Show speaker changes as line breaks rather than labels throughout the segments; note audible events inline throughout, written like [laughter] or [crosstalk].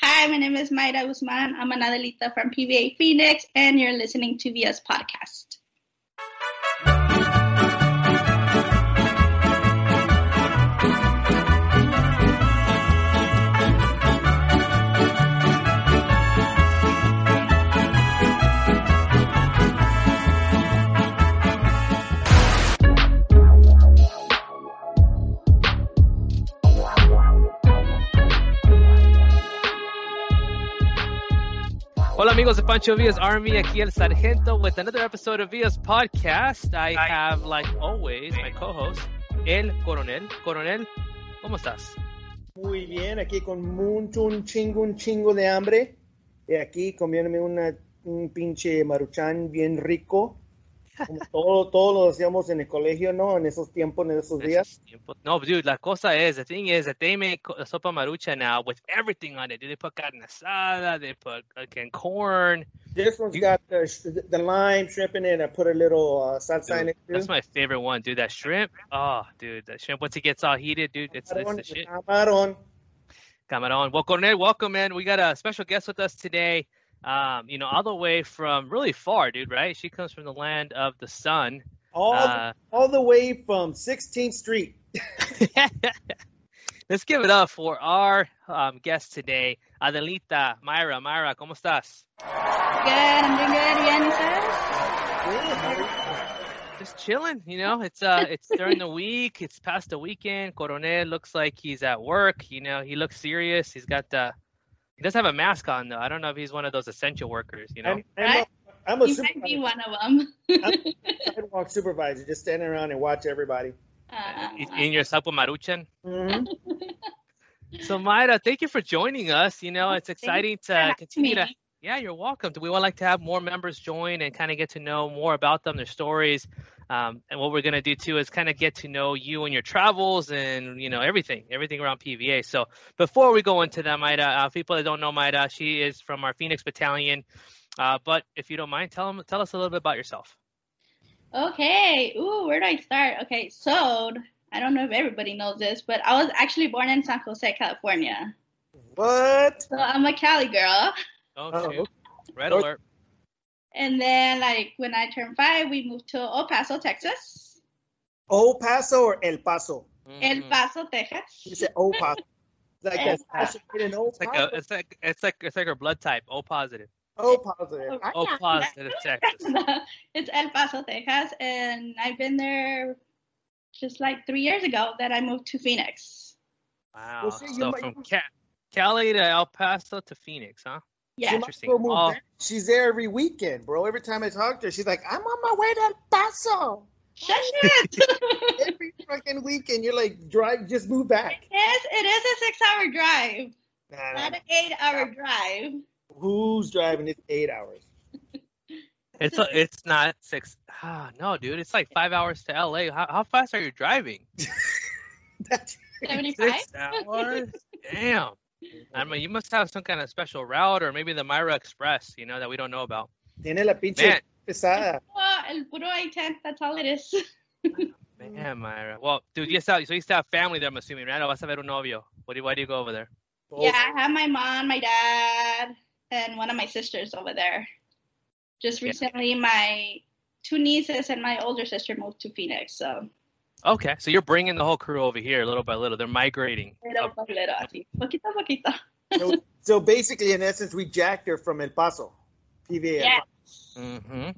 is Mayra Guzman. I'm an Adelita from PVA Phoenix, and you're listening to VS Podcast.
Hola amigos of Pancho Villas Army, aquí el Sargento with another episode of Villas Podcast. I
Hi.
have, like always, my co-host, El Coronel. Coronel, ¿cómo estás?
Muy bien, aquí con mucho, un chingo, un chingo de hambre. Y aquí comiéndome una, un pinche maruchan bien rico.
[laughs]
Como todo, todo lo hacíamos en el colegio, ¿no? En esos tiempos, en
[laughs]
esos días.
Tiempo- No, dude, la cosa is, the thing is that they make co- sopa marucha now with everything on it. They put carne asada, they put again corn.
This one's
You-
got the, sh- the lime shrimp in it. I put a little uh, salsa in
Dude,
it. too.
that's my favorite one, dude. That shrimp, oh, dude, that shrimp. Once it gets all heated, dude, it's, it's
Camarón,
the shit.
camarón.
Cameron. Well, Cornel, welcome, man. We got a special guest with us today. Um, you know, all the way from really far, dude, right? She comes from the land of the sun.
All,
Uh, [laughs]
all the way from 16th Street.
Let's give it up for our um, guest today, Adelita Myra. Myra, ¿cómo estás?
Good, I'm doing good. Yeah, and yourself?
Just chilling, you know. It's uh, it's during the week. It's past the weekend. Coronel looks like he's at work. You know, he looks serious. He's got the. He does have a mask on though. I don't know if he's one of those essential workers. You know.
I'm, I'm a- I'm a
You might be
supervisor,
one of them. [laughs]
sidewalk supervisor, just standing around and watch everybody.
Uh,
In- in your sapo maruchan. Mm-hmm.
Mhm.
So Myra, thank you for joining us. You know, it's exciting to continue to Yeah, you're welcome. We would like to have more members join and kind of get to know more about them, their stories. Um, and what we're going to do too is kind of get to know you and your travels and, you know, everything, everything around PVA. So before we go into that, Maida, uh, people that don't know Maida, she is from our Phoenix Battalion. Uh, but if you don't mind, tell, 'em- tell us a little bit about yourself.
Okay. Ooh, where do I start? Okay, so I don't know if everybody knows this, but I was actually born in San Jose, California.
What?
So I'm a Cali girl.
Oh,
Oh,
shoot. Red
Oh.
alert.
And then, like, when I turned five, we moved to El Paso, Texas.
El Paso or El Paso?
El
Mhm.
Paso, Texas.
He said El Paso. Like
El
El Paso. An o
It's like, a, it's like it's like it's like her blood type, O positive,
O positive. I-
O positive Texas.
[laughs] it's El Paso, Texas. And I've been there just like three years ago that I moved to Phoenix.
Wow.
Well, see, you
so
might-
from Ca- Cali to El Paso to Phoenix, huh?
Yeah. [laughs]
she might
interesting.
go move
Oh.
back. She's there every weekend, bro. Every time I talk to her, she's like, I'm on my way to El Paso.
Shush it.
[laughs] Every fucking weekend, you're like, drive, just move back.
Yes, it is a six hour drive,
Nah, nah,
not
nah.
an eight hour drive.
Who's driving this eight hours? [laughs]
It's a, it's not six. Ah, no, dude, it's like five hours to LA. How, how fast are you driving?
That's
75?
Six [laughs] hours? Damn. I mean, you must have some kind of special route, or maybe the Myra Express, you know, that we don't know about.
Tiene la pinche
Man,
pesada.
Well, El puro I-10, that's all it is.
man, Myra. Well, dude, you still so you still have family there, I'm assuming, right? O vas a ver un novio. What do you, why do you go over there?
[laughs]
Oh.
[laughs] Yeah, I have my mom, my dad, and one of my sisters over there. Just
Yeah.
recently, my two nieces and my older sister moved to Phoenix, so
Okay, so you're bringing the whole crew over here, little by little. They're migrating.
little
up.
by little, así, poquito a poquito.
So, so basically, in essence, we jacked her from El Paso. PVA.
Yeah,
Mhm.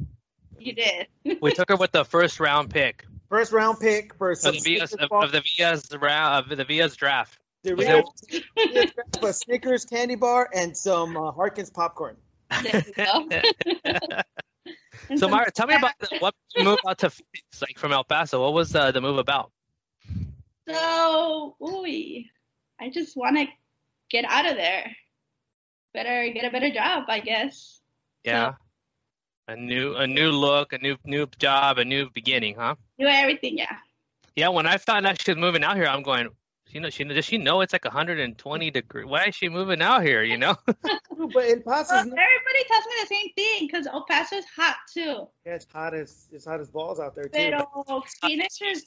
you did.
We took her with the first round pick.
First round pick for
of
some
the Vias,
Snickers
of,
bar-
of the Vias round of the Vias draft.
the
was
real- Yes, a Snickers candy bar and some uh, Harkins popcorn.
There you go. [laughs] And
so,
some-
Mara, tell me about the, what move out to Phoenix, like from El Paso. What was uh, the move about?
So, ooh, I just want to get out of there. Better get a better job, I guess.
Yeah, a new a new look, a new new job, a new beginning, huh?
Do everything, yeah.
Yeah. When I found out she was moving out here, I'm going. You know, she does she know it's like 120 degree? Why is she moving out here? You know, [laughs]
Ooh, But
Well,
El Paso's not
everybody tells me the same thing because El Paso is hot too.
yeah, it's hot as it's hot as balls out there too.
Pero Phoenix is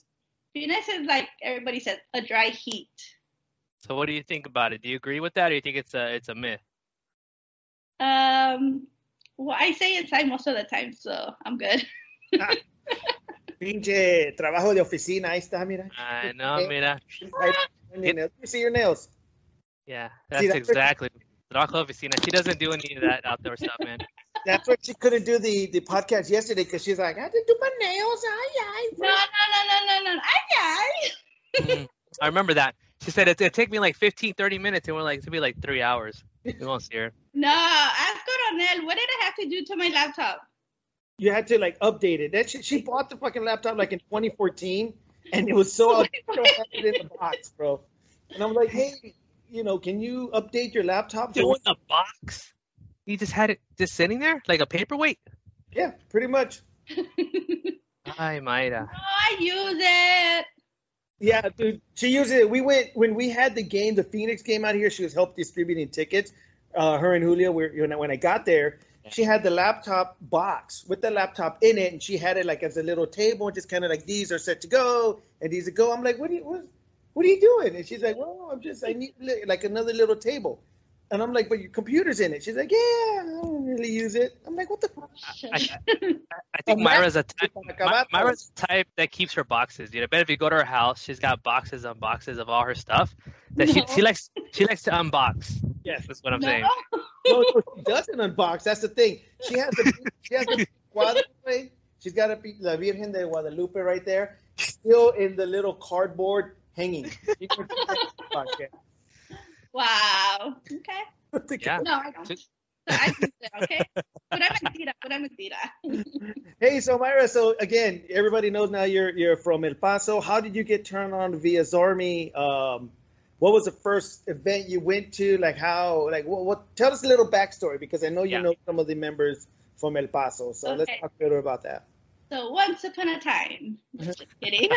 Phoenix is like everybody says a dry heat.
so what do you think about it? Do you agree with that, or you think it's a it's a myth?
Um, well, I say inside most of the time, so I'm good.
Ah, pinche trabajo de oficina, ahí está, mira.
I know, mira.
You see your nails.
Yeah, that's
that's-
exactly. Trabajo de oficina. She doesn't do any of that outdoor stuff, man.
That's why she couldn't do the, the podcast yesterday because she's like, I didn't do my nails. Ay, ay.
[laughs] No, no, no, no, no, no. Ay,
Mm. I remember that. She said it's gonna take me like 15, 30 minutes, and we're like, it's gonna be like three hours. We won't see her.
No, ask Coronel. What did I have to do to my laptop? [laughs]
You had to like update it. That she, she bought the fucking laptop like in 2014 and it was so outdated, it was in the box, bro. And I'm like, hey, you know, can you update your laptop?
Dude, in the box? You just had it just sitting there like a paperweight?
Yeah, pretty much.
I might. Uh,
Oh, I use it.
Yeah, dude. She used it. We went when we had the game. The Phoenix game out here. She was help distributing tickets. Uh, her and Julia. Were, you know, when I got there, she had the laptop box with the laptop in it, and she had it like as a little table, and just kind of like these are set to go and these are go. I'm like, what are you what, what are you doing? And she's like, well, I'm just I need li- like another little table. And I'm like, but your computer's in it. She's like, yeah, I don't really use it. I'm like, what the fuck?
Shit.
I think
Unless-
Myra's a type.
Para
My,
acabar,
Myra's the type that keeps her boxes. You know, but if you go to her house, she's got boxes on boxes of all her stuff that she,
No.
she likes. She likes to unbox.
Yes.
that's what
[laughs]
I'm
no.
saying.
no, no, she doesn't unbox. That's the thing. She has the she has the Guadalupe. She's got a pi- la Virgen de Guadalupe right there, still in the little cardboard hanging. You can see that in the pocket.
Wow. Okay.
Yeah.
No, I don't. So I use it, okay? Pura mentira, pura mentira.
Hey, so Myra, so again, everybody knows now you're you're from El Paso. How did you get turned on via Zormi? Um, what was the first event you went to? Like how? Like what? what tell us a little backstory because I know you
Yeah.
know some of the members from El Paso. So let's
Okay.
talk a little about that.
So once upon a time, just kidding.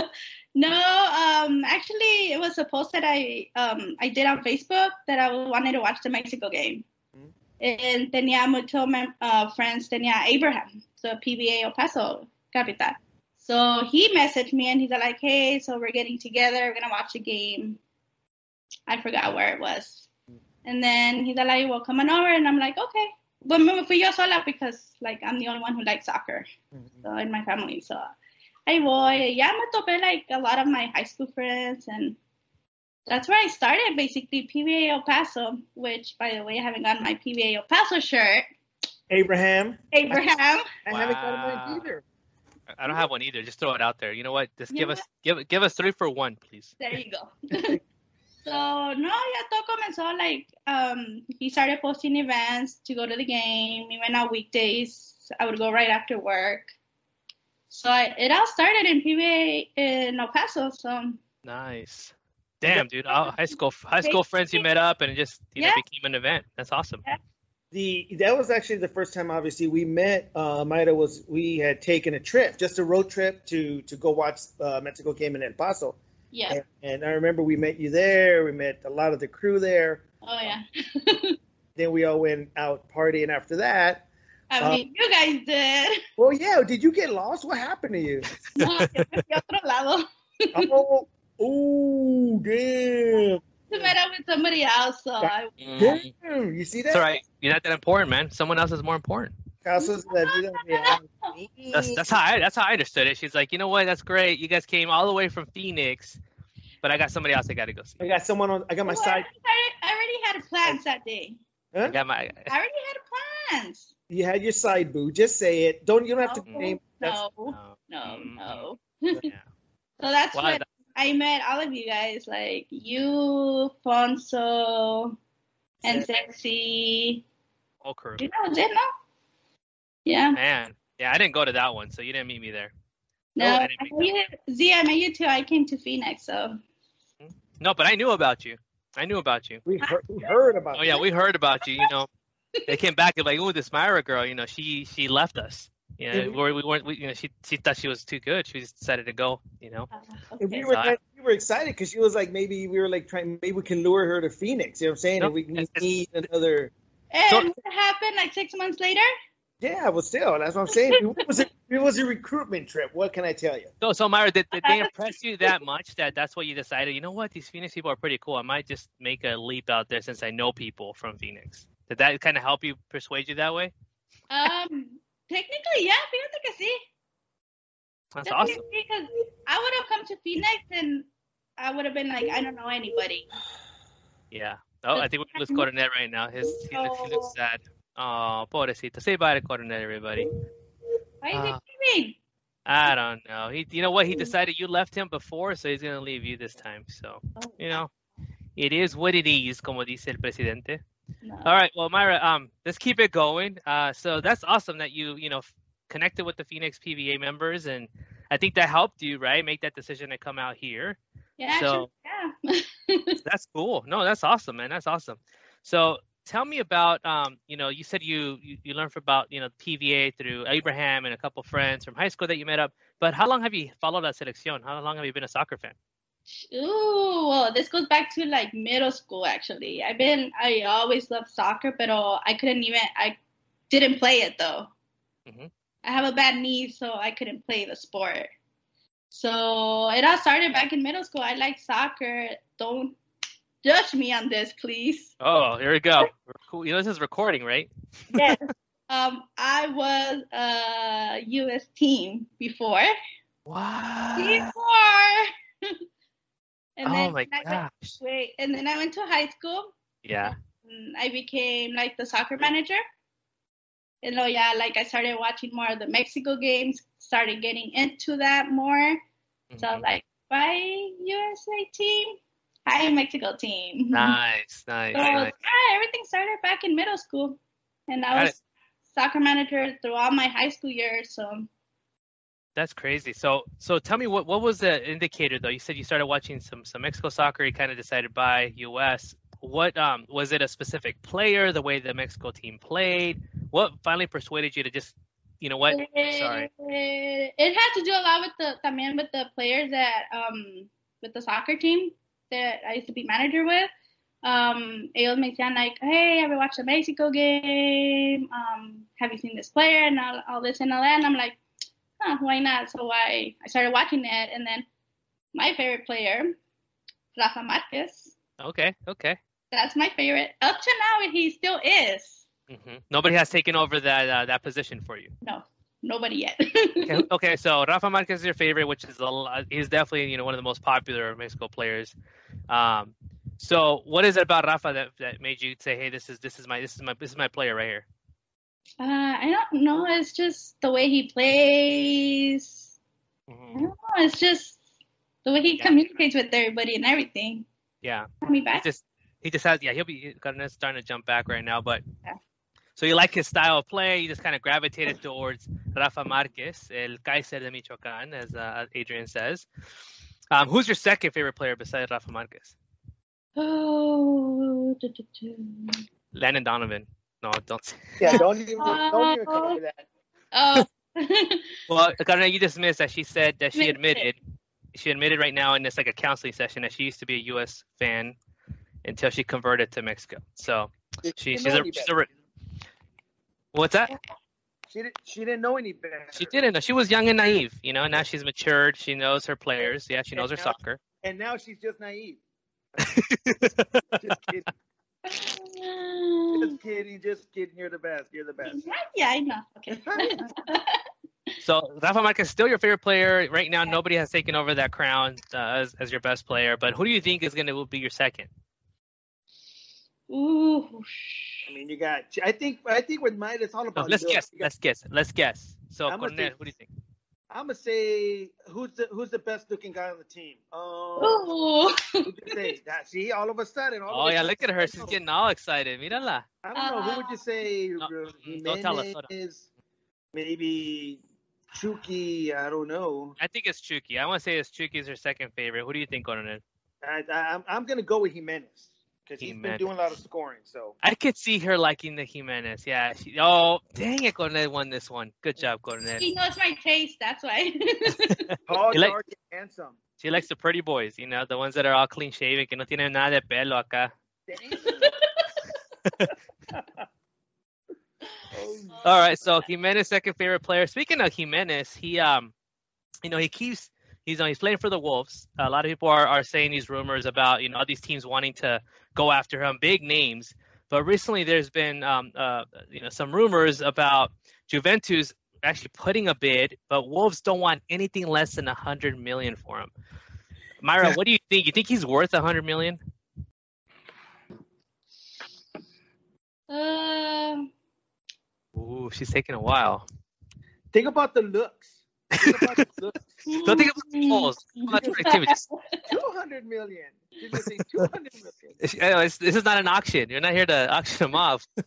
[laughs] no, um, actually, it was a post that I um I did on Facebook that I wanted to watch the Mexico game,
Mhm.
and tenía mucho my uh, friends tenía Abraham, so PBA El Paso capital. So he messaged me and he's like, hey, so we're getting together, we're gonna watch a game. I forgot where it was, and then he's like, well, come on over, and I'm like, okay. But me fui yo sola because like I'm the only one who likes soccer so, in my family. So I voy, yeah, me topé like a lot of my high school friends, and that's where I started basically PBA El Paso, which by the way, I haven't gotten my PBA El Paso shirt.
Abraham,
Abraham,
I haven't gotten
Wow.
mine either.
I- I don't have one either. Just throw it out there. You know what? Just
You
give
know
us give give us three for one, please.
there you go. [laughs] so no, ya todo comenzó like um, he started posting events to go to the game, even on weekdays. I would go right after work. So I, it all started in PBA in El Paso. So
Nice. Damn, dude. All high school high school friends you met up and it just you know
Yeah.
became an event. That's awesome.
The that was actually the first time, obviously, we met. Uh, Maida was we had taken a trip, just a road trip to to go watch uh, Mexico game in El Paso,
yeah.
and, and I remember we met you there. We met a lot of the crew there.
Oh yeah. [laughs]
Then we all went out partying after that.
I
Ah.
Uh,
mean, you guys
[laughs]
did.
Well, yeah. Did you get lost? What happened to you?
No, [laughs] yo me fui a otro lado
oh, oh, damn,
to meet up with somebody else. So I,
Mm.
damn. You see that?
It's all right. You're not that important, man. Someone else is more important.
Casos de la vida real.
That's that's how I that's how I understood it. She's like, you know what? That's great. You guys came all the way from Phoenix, but I got somebody else I got to go see.
I got someone on. I got my
Well,
side.
I, I already had plans that day.
I got my.
I already had plans.
You had your side boo. Just say it. Don't you don't have to
Oh, No,
name. that's-
[laughs]
no,
Oh,
no,
Mm.
no.
yeah.
So that's
Wow,
when
that-
I met all of you guys, like you, Fonso, and Sexy.
whole
[laughs]
crew.
You know, did no? Yeah.
Man, yeah, I didn't go to that one, so you didn't meet me there.
No,
I
I
didn't
met you, Z, I met you too. I came to Phoenix, so
No, but I knew about you. I knew about you.
We heard, we heard about.
Oh yeah, we heard about you. You know, they came back and like, oh, this Myra girl. You know, she she left us. You know,
Mhm.
where we weren't. We, you know, she she thought she was too good. She just decided to go. You know.
uh,
it. And
okay.
we were
so I-
kind- we were excited because she was like maybe we were like trying maybe we can lure her to Phoenix. You know what I'm saying?
No,
If we can
it's- it's-
need another.
So-
And what happened like six months later?
Yeah, well, still that's what I'm saying.
[laughs]
It was a, it was a recruitment trip. What can I tell you?
So so Myra, did, did they impress you that much that that's what you decided? You know what? These Phoenix people are pretty cool. I might just make a leap out there since I know people from Phoenix. Did that kind of help you persuade you that way?
Um, technically, yeah. Fíjate que sí.
That's awesome.
Because I would have come to Phoenix and I would have been like, I don't know anybody.
Yeah. Oh, I think we lose Coronet right now. His he looks, he looks sad. Oh, pobrecito. Say bye to Coronet, everybody.
Why is
Ah.
he leaving?
I don't know. He, you know what? He decided you left him before, so he's gonna leave you this time. So, you know, it is what it is, como dice el presidente.
No.
All right. Well, Myra, um, let's keep it going. Uh, so that's awesome that you, you know, f- connected with the Phoenix PVA members, and I think that helped you, right, make that decision to come out here.
Yeah,
So-
actually, yeah.
That's cool. No, that's awesome, man. That's awesome. So tell me about, um, you know, you said you you, you learned about, you know, PVA through Abraham and a couple friends from high school that you met up. But how long have you followed La Selección? How long have you been a soccer fan?
Ooh, well, this goes back to like middle school actually. I've been I always loved soccer, but oh, I couldn't even I didn't play it though.
Mhm.
I have a bad knee, so I couldn't play the sport. So it all started back in middle school. I like soccer. Don't judge me on this, please.
Oh, here we go. Cool. You know, this is recording, right?
Yes. um, I was a U.S. team before.
Wow.
Before. [laughs] and then
Oh my
I went-
gosh.
wait, and then I went to high school.
Yeah.
Mm, I became like the soccer manager. And oh yeah, like I started watching more of the Mexico games, started getting into that more. So I was
Mhm.
like, bye USA team, hi Mexico team. [laughs]
Nice, nice,
so
nice.
yeah, everything started back in middle school, and I
Got
was soccer manager throughout my high school years. So
That's crazy. So, so tell me what what was the indicator though? You said you started watching some some Mexico soccer. You kind of decided by U.S. What um was it a specific player? The way the Mexico team played. What finally persuaded you to just you know what? Sorry.
It, it had to do a lot with the también with the players that um with the soccer team that I used to be manager with. Um, ellos me decían like, hey, have you watched the Mexico game? Um, have you seen this player? And all, all this and all that. And I'm like, huh, why not? So I I started watching it, and then my favorite player, Rafa Marquez.
Okay, okay.
That's my favorite. Up to now, he still is.
hmm Nobody has taken over that uh, that position for you.
No, nobody yet. [laughs]
Okay, [laughs] okay, so Rafa Marquez is your favorite, which is a lot, he's definitely you know one of the most popular Mexico players. Um, so what is it about Rafa that that made you say, hey, this is this is my this is my this is my player right here?
Uh, I don't know. It's just the way he plays.
Mm-hmm.
I don't know. It's just the way he
Yeah.
communicates with everybody and everything.
Yeah.
Call me
he
back.
just he just has yeah he'll be gonna starting to jump back right now but
Yeah.
so you like his style of play you just kind of gravitated towards Rafa Marquez el Kaiser de Michoacán as uh, Adrian says um, who's your second favorite player besides Rafa Marquez
Oh, du- du-
[laughs]
du.
Landon Donovan no don't say-
Yeah, don't even, don't even come to that.
oh.
well Karina you dismissed that she said that she
Missed it.
admitted she admitted right now in this like a counseling session that she used to be a U.S. fan until she converted to Mexico so
She
she,
didn't
she's
know
a,
any
she's a
better.
re- what's that
She, did, she didn't know any better.
She didn't know. She was young and naive, you know. Now she's matured. She knows her players. Yeah, she knows her
Yeah.
soccer.
And now she's just
[laughs]
naive. Just kidding.
[laughs]
Just kidding. Just kidding. You're the best. You're the best.
yeah, yeah, I know.
[laughs]
Okay.
so Rafa Marquez is still your favorite player right now.
Yeah.
Nobody has taken over that crown uh, as, as your best player. But who do you think is going to be your second?
Ooh.
I mean, you got. I think. I think with mine, it's all
No,
about.
let's
looks.
guess.
You got-
Let's guess. Let's guess. So
Oh, I'm gonna
Cornel,
say-
who do you think?
I'm gonna say who's the who's the best looking guy on the team. Um,
Ooh.
who would you say? That- see, all of a sudden.
Oh
All of a
yeah,
sudden,
look at her. She's
I don't know.
getting all excited. Mírala.
I don't know. Who would you say?
No,
uh,
mm, don't tell us, hold on.
Jimenez, Maybe Chucky. I don't know.
I think it's Chucky. I want to say it's Chucky's her second favorite. Who do you think, Cornel?
I, I, I'm I'm gonna go with Jimenez because he's been
Jimenez.
doing a lot of scoring. So.
I could see her liking the Jimenez. Yeah. She, oh, dang it, Cornel won this one. Good job, Cornel.
He knows my taste. That's
[laughs]
why. [laughs]
Tall,
You like-
dark, and handsome.
She likes the pretty boys, you know, the ones that are all clean shaven, que no tienen nada de pelo acá.
Oh,
All right, so Jimenez, second favorite player. Speaking of Jimenez, he um, you know, he keeps he's uh, he's playing for the Wolves. A lot of people are, are saying these rumors about you know all these teams wanting to go after him, big names. But recently, there's been um, uh, you know some rumors about Juventus actually putting a bid, but Wolves don't want anything less than 100 million for him. Myra, what do you think? You think he's worth 100 million?
Uh,
Ooh, she's taking a while.
Think about the looks. Think about the looks.
[laughs]
Don't think about the goals. Think about the productivity.
200 million. Did you say 200 million?
It's- I know, it's- This is not an auction. You're not here to auction him off.
Do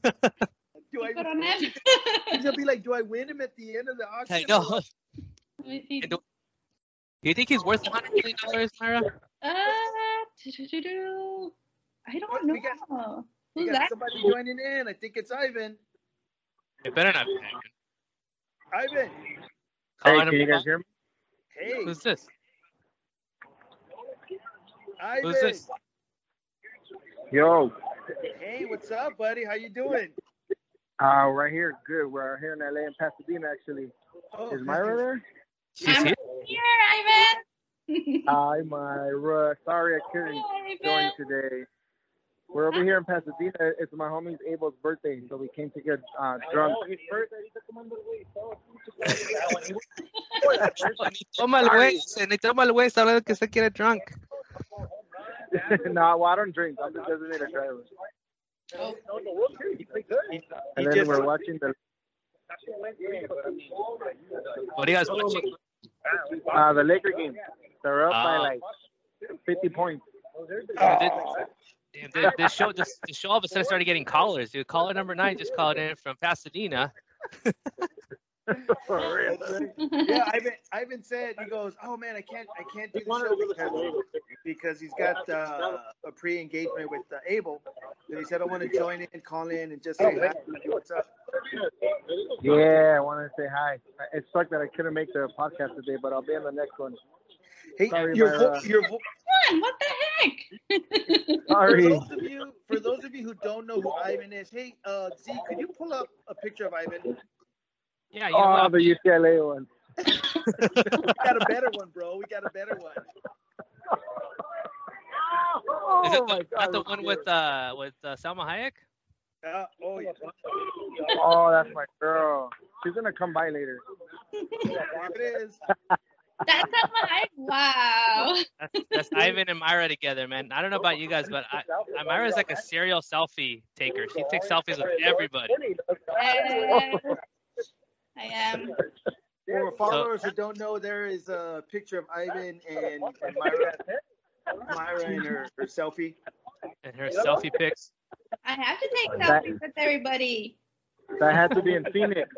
I, [laughs]
Coronel. [laughs]
he's gonna be like, do I win him at the end of the auction?
I know.
Let me
And
see.
do you think he's worth 100 million dollars, Myra?
Uh, do-do-do-do. I don't
We
know.
got- We
Who's
got
that?
somebody joining in. I think it's Ivan.
It better not. be.
Ivan.
Hey,
Calling
can
him
you guys
out.
hear me?
Hey,
Who's this?
Ivan.
Who's this?
Yo,
Hey, what's up, buddy? How you doing?
uh, right here, good. We're out here in LA in Pasadena, actually.
Oh,
Is Myra there?
She's
I'm
here.
here, Ivan.
Hi, Myra. Sorry I couldn't join
Hi,
today. We're over here in Pasadena. It's my homie's Abel's birthday, so we came to get uh, drunk. [laughs]
Ni toma el güey, dice, ni toma el güey, está hablando que se quiere drunk.
no, well, I don't drink. I'm the designated driver. And
He
then
just-
we're watching the
What are you guys watching?
uh, the Laker game. They're up by
Ah.
like 50 points. [laughs]
Damn, this, this show just this show all of a sudden started getting callers, dude. Caller number nine just called in from Pasadena.
For real.
Ivan.
[laughs] Yeah, Ivan. Ivan said he goes, oh man, I can't, I can't do the show because, because he's got uh, a pre-engagement with uh, Abel. So he said I want to join in, call in, and just say
Oh,
hi. What's up?
Yeah, I want to say hi. It sucked that I couldn't make the podcast today, but I'll be in the next one.
Hey,
Sorry, uh,
your vo-
Myra.
your vo-
Ivan, what the heck?
for
Sorry.
those of you for those of you who don't know who Ivan is, hey uh, Z, could you pull up a picture of Ivan? We
Yeah, you know
Oh,
what?
the UCLA one.
got a better one, bro. We got a better one.
[laughs] Is it
Oh,
the, not the one with uh with uh, Salma Hayek?
Uh, oh yeah.
Oh, that's my girl. She's gonna come by later.
There it is.
[laughs] That's not my wow.
That's, that's Ivan and Myra together, man. I don't know about you guys, but I, I- Myra's like a serial selfie taker. She takes selfies with everybody.
Yes, I am.
For followers who don't know, there is a picture of Ivan and, and Myra, Myra and her, her selfie.
And her selfie pics.
I have to take
That-
selfies with everybody.
That had to be in Phoenix.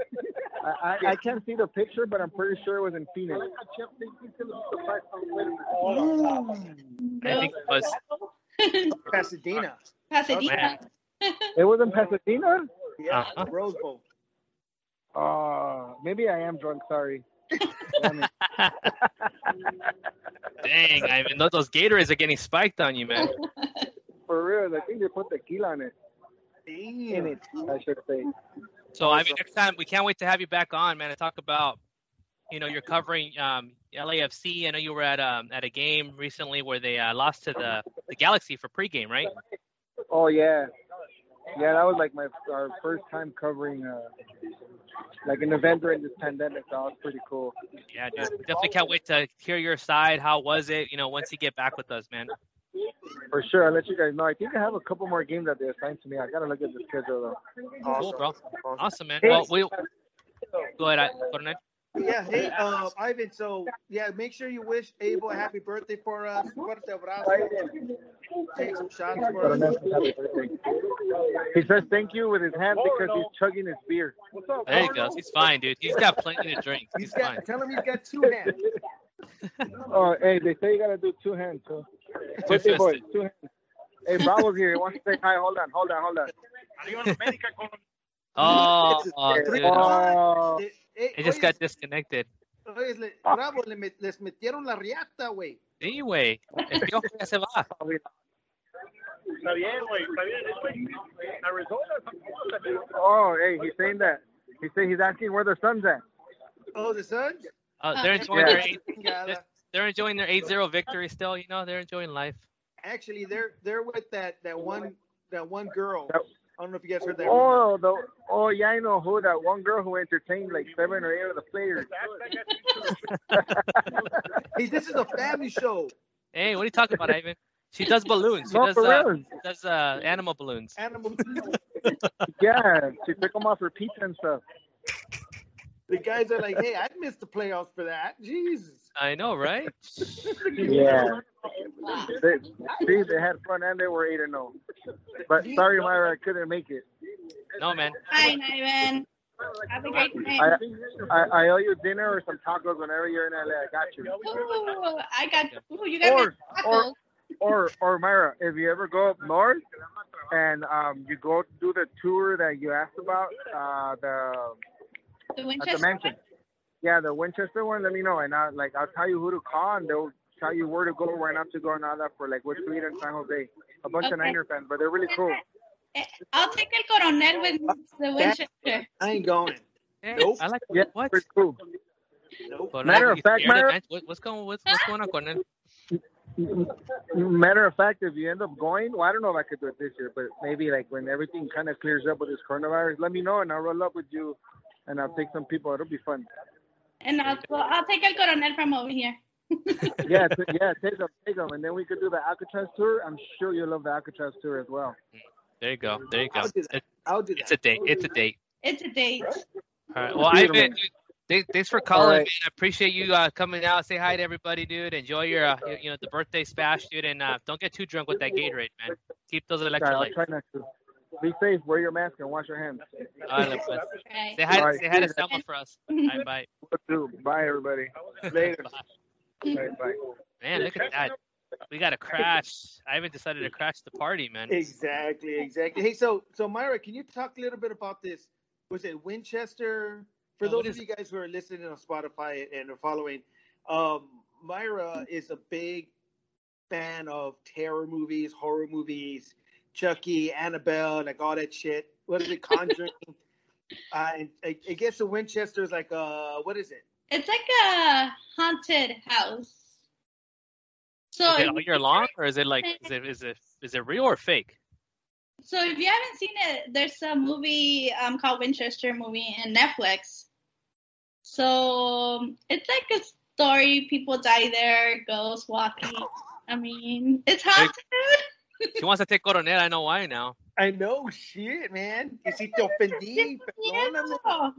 I, I, I can't see the picture, but I'm pretty sure it was in Phoenix.
I think it was
Pasadena.
[laughs] Pasadena.
It was in Pasadena.
Yeah,
Uh-huh.
Rose Bowl.
Oh, maybe I am drunk. Sorry. Damn it.
dang, Ivan. Those, those Gatorades are getting spiked on you, man.
Oh, For real, I think they put tequila on it. In
Damn.
it, I should say.
So I mean, next time we can't wait to have you back on, man, and talk about, you know, you're covering um, LAFC. I know you were at um, at a game recently where they uh, lost to the the Galaxy for pregame, right?
Oh yeah, yeah. That was like my our first time covering uh, like an event during this pandemic. So that was pretty cool.
Yeah, dude. we Definitely can't wait to hear your side. How was it? You know, once you get back with us, man.
For sure, I'll let you guys know. I think I have a couple more games that they assigned to me. I gotta look at the schedule
Cool, bro. Awesome, man.
Hey.
Well, we go ahead, Coronel.
Yeah, hey, uh, Ivan, so yeah, make sure you wish Abel a happy birthday for us. Fuerte abrazo. Take some shots for us.
though. He says thank you with his hand because he's chugging his beer.
There he
Oh,
goes. He's fine, dude. He's got plenty to
[laughs]
drink.
He's
He's
got,
fine.
tell him he's got two hands.
Oh, hey, they say you gotta do two hands.
[laughs]
So. Birthday boy,
fisted.
two hands. Hey, Bravo's here. He wants to say hi. Hold on, hold on, hold on.
Oh, oh,
Hey,
dude.
oh,
Eh, eh,
It just
oyes,
got disconnected.
oyes, le- bravo, le met- les metieron la riata, güey.
Anyway,
[laughs]
el piojo ya se va.
oh, hey, he's saying that. He said he's asking where the sun's at.
Oh, the sun?
[laughs]
Oh, they're enjoying their eight,
Chingada.
they're enjoying their 8-0 victory still. You know, they're enjoying life.
Actually, they're they're with that that one that one girl
That-
I don't know if you guys heard that. rumor.
Oh, the oh yeah, I know who that one girl who entertained like seven or eight of the players.
Hey, this is a family show.
Hey, what are you talking about, Ivan? She does balloons. She
No,
does
for
uh,
real.
does uh, animal balloons.
Animal.
yeah, she took them off her pizza and stuff.
the guys are like, hey, I missed the playoffs for that. Jesus.
I know, right?
Yeah. They, see, they had fun and they were eight and zero. But sorry, Myra, I couldn't make it.
No, man.
Hi, Ivan. Have a great
I,
night.
I I owe you dinner or some tacos whenever you're in LA. I got you.
Ooh, I got. Ooh, you got
Or-
me
or-
tacos.
Or or Myra, if you ever go up north and um you go do the tour that you asked about, uh the
The
at the
Winchester.
mansion. Yeah, the Winchester one. Let me know, and I'll like I'll tell you who to call, and they'll tell you where to go, where not to go, and all that for like West Street and San Jose. A bunch of
Okay.
Niner fans, but they're really cool.
Eh, I'll take el coronel with the Winchester.
I ain't going.
Hey,
Nope.
I like
Yeah,
what?
pretty cool.
Nope.
Cornel,
Matter
you
of fact,
scared
Myra-
Ange- what- what's going what's, what's going on, Cornel?
Matter of fact, if you end up going, well, I don't know if I could do it this year, but maybe like when everything kind of clears up with this coronavirus, let me know, and I'll roll up with you, and I'll take some people. It'll be fun.
And I'll, well, I'll take el coronel from over here.
[laughs]
[laughs]
Yeah, t- yeah, take them, take them, and then we could do the Alcatraz tour. I'm sure you'll love the Alcatraz tour as well.
There you go. There you go.
I'll do that.
It-
I'll do
It's
that.
a date. It's a date.
It's a date.
All right. Well,
Beautiful.
Ivan, dude, th- thanks for calling.
right.
Man. I appreciate you uh, coming out. Say hi to everybody, dude. Enjoy your, uh, you- you know, the birthday smash, dude, and uh, don't get too drunk with that Gatorade, man. Keep those
Sorry, I'll
electrolytes.
try not to. Be safe. Wear your mask and wash your hands.
All right, pues.
Right. Mm-hmm.
Say hi.
All right.
Say hi to Selma for us. All right, bye. [laughs]
Will do. Bye, everybody. Later. All right, bye.
Man, look at that. We got a crash. Ivan decided to crash the party, man.
Exactly, exactly. Hey, so so Myra, can you talk a little bit about this? Was it Winchester? For
Yeah, Uh, what
those of
is
you guys who are listening on Spotify and are following, um, Myra is a big fan of terror movies, horror movies, Chucky, Annabelle, like all that shit. What is it, Conjuring?
[laughs]
uh, and I, I guess the Winchester is like, uh, what is it?
It's like a haunted house. So,
Is it all
if,
year long, or is it like, is it is it is it real or fake?
so if you haven't seen it, there's a movie um, called Winchester movie in Netflix. So it's like a story. People die there, ghosts walking. I mean, it's haunted.
She wants to take Coronel. I know why now.
I know, shit,
[laughs]
man. Que si
[laughs]
te ofendí, perdóname.
Miedo.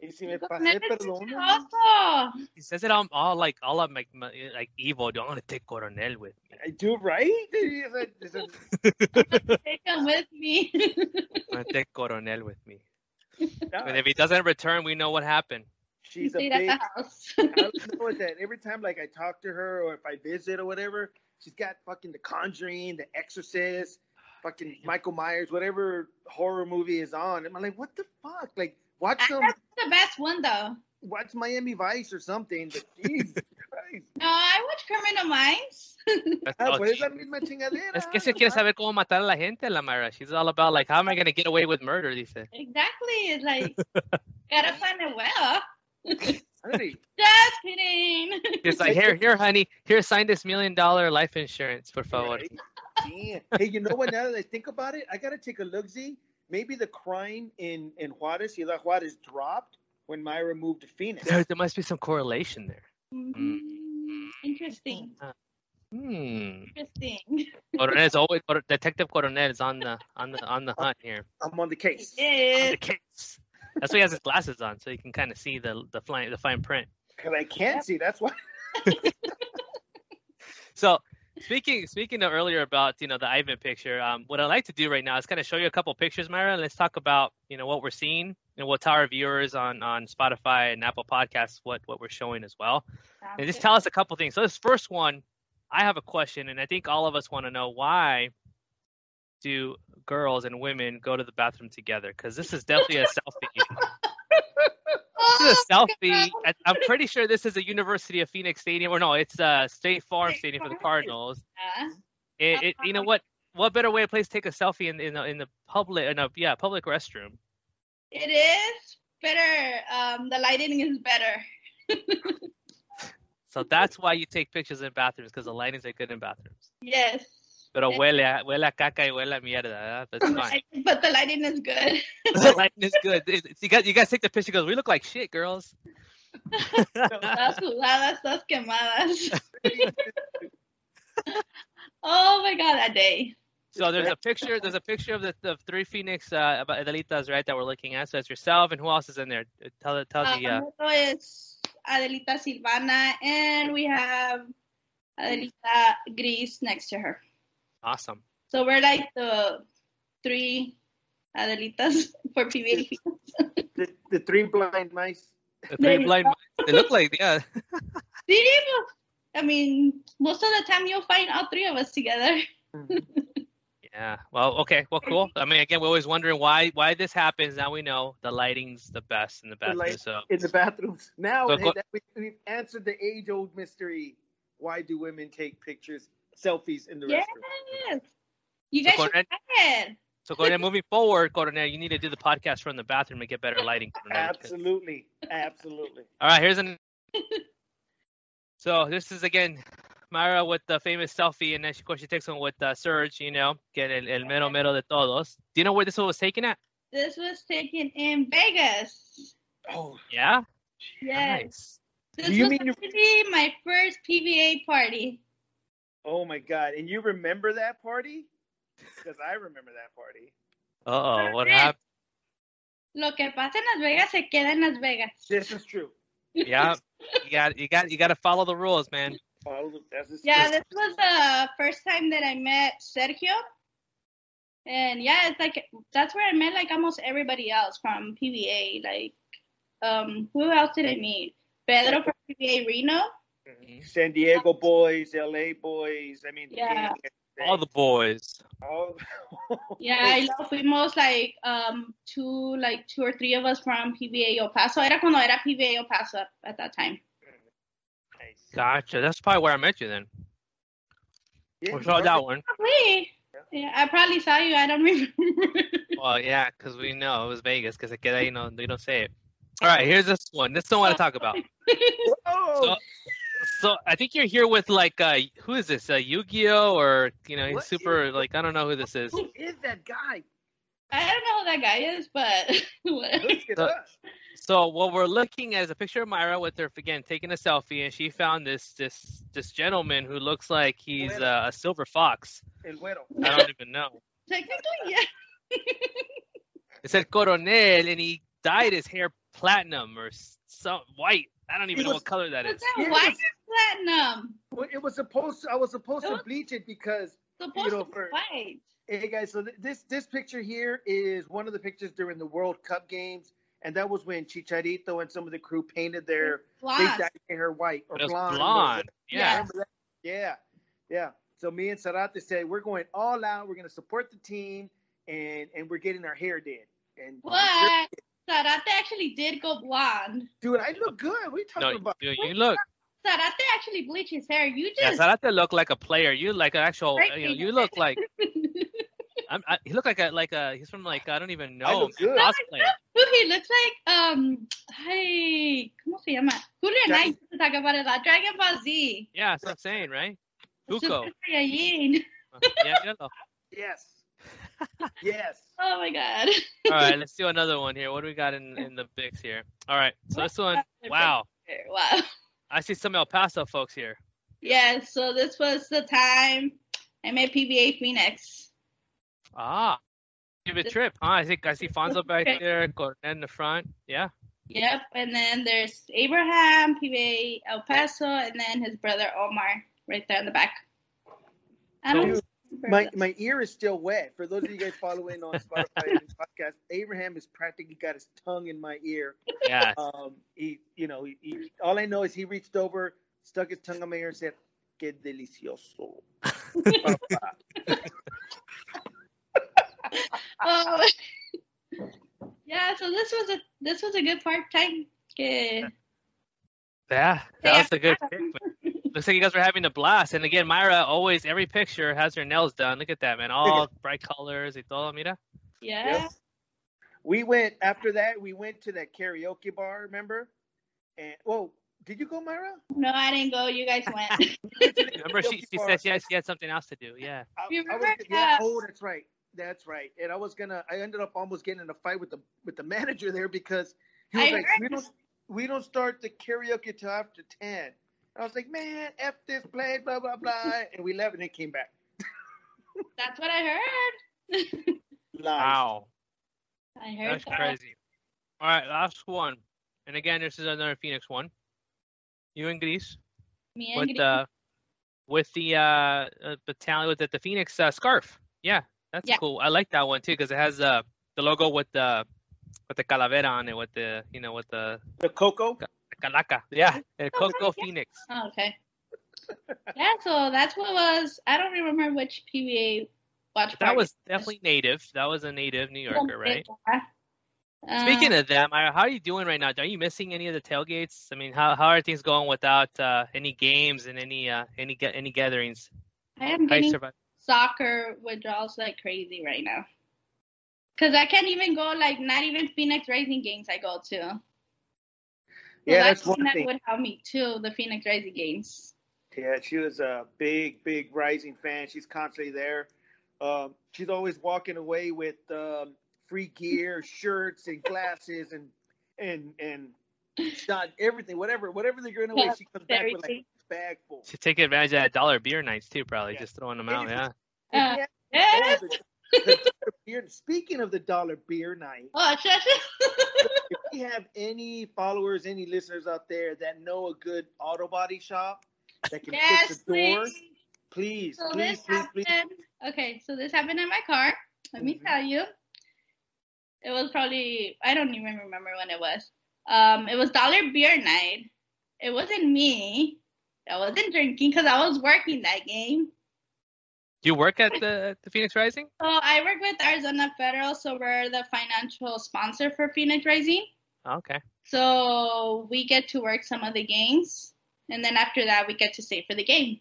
Y si me
No
pasé,
es
perdóname.
chistoso.
He says it all, all like all of like, like evil. Don't want to take Coronel with me.
I do, right? [laughs] It's a-
[laughs]
it's a-
Take them with me.
I'm gonna take Coronel with me.
Yeah,
And if he doesn't return, we know what happened.
[laughs]
[laughs]
she's a
Stayed at
big.
the
I [laughs]
house.
don't know what that. Every time, like I talk to her or if I visit or whatever, she's got fucking The Conjuring, The Exorcist, fucking Michael Myers, whatever horror movie is on. And I'm like, what the fuck? Like, watch
I
them,
have the best one though.
watch Miami Vice or
[laughs]
something. But Jesus Christ,
No, I watch Criminal Minds. [laughs]
That's,
Ah,
oh,
por
gee.
esa misma chingadera.
Es que se quiere saber cómo matar a la gente, la Mara. She's all about like, how am I gonna get away with murder? Dice.
Exactly. It's
[laughs]
like gotta find a well.
Honey,
Just kidding. [laughs]
It's like, here, here, honey, here, sign this million dollar life insurance, por favor.
Right? Damn. Hey, you know what? Now that I think about it, I gotta take a look. See, maybe the crime in in Juarez, Ciudad Juarez, dropped when Myra moved to Phoenix.
There, there must be some correlation there.
Mm, Interesting.
Hmm.
Interesting.
Coronel is always Cor- Detective Coronel is on the on the on the hunt here.
I'm on the case.
On
Eh.
the
It is.
case. That's why he has his glasses on, so you can kind of see the the fine the fine print.
Because I can't see. That's why.
So speaking speaking of earlier about you know the Ivan picture, um, what I'd like to do right now is kind of show you a couple pictures, Myra, and let's talk about you know what we're seeing and we'll tell our viewers on on Spotify and Apple Podcasts what what we're showing as well, and just tell us a couple things. So this first one, I have a question, and I think all of us want to know why do girls and women go to the bathroom together? Because this is definitely a selfie.
Oh,
This is a selfie. I, I'm pretty sure this is a University of Phoenix Stadium, or no, it's uh, State Farm
State
Stadium for the
Farm.
Cardinals.
Yeah.
It, it,
Uh-huh.
you know what? What better way to place take a selfie in in the, in the public in a yeah public restroom?
It is better. Um, the lighting is better. Mm-hmm.
So that's why you take pictures in bathrooms because the lighting's are good in bathrooms.
Yes.
Pero huele a, huele a caca y huele a mierda.
[laughs]
That's fine.
but the lighting is good.
the lighting is good. It- it's- you, guys, you guys take the picture. Goes, we look like
[laughs]
shit, girls.
Todas sudadas, todas quemadas. [laughs] oh my god, that day.
So there's a picture. There's a picture of the of three Phoenix uh, Adelitas, right, that we're looking at. So it's yourself and who else is in there? Tell tell the. Uh,
Another is Um, Adelita Silvana, and we have Adelita Gris next to her.
awesome.
So we're like the three Adelitas [laughs] for PBA.
[laughs] The, the three blind mice.
The
There
three
you
blind. mice, They look like yeah.
See, I mean, most of the time you'll find all three of us together.
Yeah. Well, okay. Well, cool. I mean, again, we're always wondering why why this happens. Now we know the lighting's the best in the bathroom.
light-
so
in the bathrooms. Now
So
hey,
go-
that we, we've answered the age-old mystery: why do women take pictures, selfies in the
Yes.
restroom?
You
So
guys should
Conrad-
try it.
so Coronel, moving forward, Coronel, you need to do the podcast from the bathroom and get better lighting. Coronel.
Absolutely, absolutely.
All right. Here's an. so this is again. Myra with the famous selfie, and then she, of course she takes one with uh, Serge, you know, que el, el mero mero de todos. Do you know where this one was taken at?
This was taken in Vegas.
Oh,
Yeah? Ah,
Yes.
Nice.
This
Do you
was
mean you-
actually my first PBA party.
oh my God! And you remember that party? Because I remember that party.
Uh-oh, what happened?
Lo que pasa en Las Vegas se queda en Las Vegas.
This is true.
Yeah. You got you got you got to follow the rules, man.
Follow the- that's just
Yeah,
true.
this was the first time that I met Sergio. And yeah, it's like that's where I met like almost everybody else from PBA. Like, um, who else did I meet? Pedro from PBA Reno.
Mm-hmm.
San Diego boys, LA boys. I mean,
Yeah.
All the boys.
all-
[laughs] Yeah, I love fuimos like um two like two or three of us from PBA El Paso. Era cuando era PBA El Paso at that time.
Nice.
Gotcha. That's probably where I met you then.
Yeah,
we saw that one.
Ah,
Probably. Yeah, I probably saw you. I don't [laughs] remember.
Well, yeah, because we know it was Vegas. Because you know, we don't say it. All right, here's this one. This one I want to talk about.
Oh,
So I think you're here with like, uh, who is this? Uh, Yu-Gi-Oh or you know,
What
super like I don't know who this is.
who is that guy?
I don't know who that guy is, but [laughs] whatever.
[laughs]
Look at
Uh,
us.
So what we're looking at is a picture of Myra with her again taking a selfie, and she found this this this gentleman who looks like he's uh, a silver fox.
El güero.
I don't even know.
[laughs] technically, yeah.
It said Coronel, and he dyed his hair platinum or s- some white. I don't even know what color that
Was
is.
that
Yes.
white or platinum?
Well, it was supposed to, I was supposed
It
to
was-
bleach it because
Supposed
know,
to be
for-
white.
hey guys, so th- this this picture here is one of the pictures during the World Cup games, and that was when Chicharito and some of the crew painted their they
Blonde.
dyed their hair white or
But it was
blonde.
blonde. Yeah.
Remember that? Yeah, yeah. So me and Sarate said we're going all out. We're going to support the team, and and we're getting our hair did. And
What? Sarate actually did go blonde.
dude, I look good. What are you talking
No,
about?
dude, you look.
Sarate actually bleached his hair. You
Yeah,
just
Zarate looked like a player. You like an actual. uh,
Great
You know, you
people.
look
[laughs]
like. I'm, I, he looked like a like a. He's from like I don't even
I
know.
look good.
Cosplayer.
who he looks like. Um, hey, ¿cómo se llama? Julio and I
Dragon-
used to talk about it. Like Dragon Ball Z.
Yeah, that's what I'm saying, right?
[laughs]
Buko.
Super Saiyajin. [laughs]
yeah, yellow. All [laughs]
Yes. yes.
Oh my god. [laughs]
right, let's do another one here. What do we got in in the bigs here? All right, so this one. Wow,
Wow.
I see some El Paso folks here.
Yeah. So this was the time I met PBA Phoenix.
Ah, give it a trip. Ah, I think I see Fonzo back there, Cornet in the front. Yeah.
Yep. And then there's Abraham, PBA El Paso, and then his brother Omar right there in the back. I don't
Dude,
remember
My
that.
my ear is still wet. For those of you guys following on Spotify and [laughs] podcast, Abraham has practically got his tongue in my ear.
Yeah.
Um, he, you know, he, he, all I know is he reached over, stuck his tongue in my ear, and said, "Qué
[laughs]
delicioso." papá."
Oh. [laughs] yeah. So this was a this was a good part time. Que,
Yeah,
Yeah.
that was a good pick. man. Looks like you guys were having a blast. And again, Myra always every picture has her nails done. Look at that, man! All bright colors y todo. Mira.
yeah.
Yep. We went after that. We went to that karaoke bar. Remember? And well, Did you go, Myra?
No, I didn't go. You guys went.
Remember, she, she said she had, she had something else to do. Yeah.
I,
You
I was,
remember?
yeah. Oh, that's right. That's right. And I was gonna. I ended up almost getting in a fight with the with the [laughs] manager there because he was
I
like,
heard.
"We don't, we don't start the karaoke till after 10. I was like, "Man, f this play, blah blah blah," and we left and it came back.
That's what I heard.
Lies.
Wow.
I heard
That's
that.
crazy. All right, last one. And again, this is another Phoenix one. You in Greece
Me and
with
Gre-
the with the uh, uh, battalion with the, the Phoenix uh, scarf. Yeah, that's
Yeah.
cool. I like that one too because it has uh, the logo with the with the calavera on it with the you know with the,
The Coco.
the calaca.
[laughs]
Yeah, el
Oh,
Coco
yeah.
Phoenix.
Oh, okay. yeah, so that's what was. I don't remember which PBA watch Um,
That
party.
was definitely native. That was a native New Yorker, right?
Uh,
Speaking of that, Myra, how are you doing right now? Are you missing any of the tailgates? I mean, how how are things going without uh, any games and any uh, any ga- any gatherings?
I am
How you
getting
survive-
soccer withdrawals like crazy right now. Cause I can't even go like not even Phoenix Rising games I go to. So
Yeah, that's
I think
one
that
thing.
would help me too. The Phoenix Rising games.
Yeah, she was a big, big Rising fan. She's constantly there. Um, she's always walking away with um, free gear, shirts, and glasses, and and and shot everything, whatever, whatever they're giving away.
Yeah,
She comes back with like
everything.
a bag full.
to take advantage of that dollar beer nights too, probably
Yeah.
just throwing them out.
Anything.
Yeah,
Uh,
Yeah,
yes.
the- the dollar beer- Speaking of the dollar beer night,
Oh, shush.
if we have any followers, any listeners out there that know a good auto body shop that can
yes,
fix a door,
please.
please,
So
please,
this
please, please,
happened. Okay, so this happened in my car. Let me
Mhm.
tell you. It was probably I don't even remember when it was. Um, it was dollar beer night. It wasn't me. I wasn't drinking because I was working that game.
do you work at the the Phoenix Rising?
So I work with Arizona Federal, so we're the financial sponsor for Phoenix Rising.
Oh, okay,
So we get to work some of the games, and then after that, we get to stay for the game.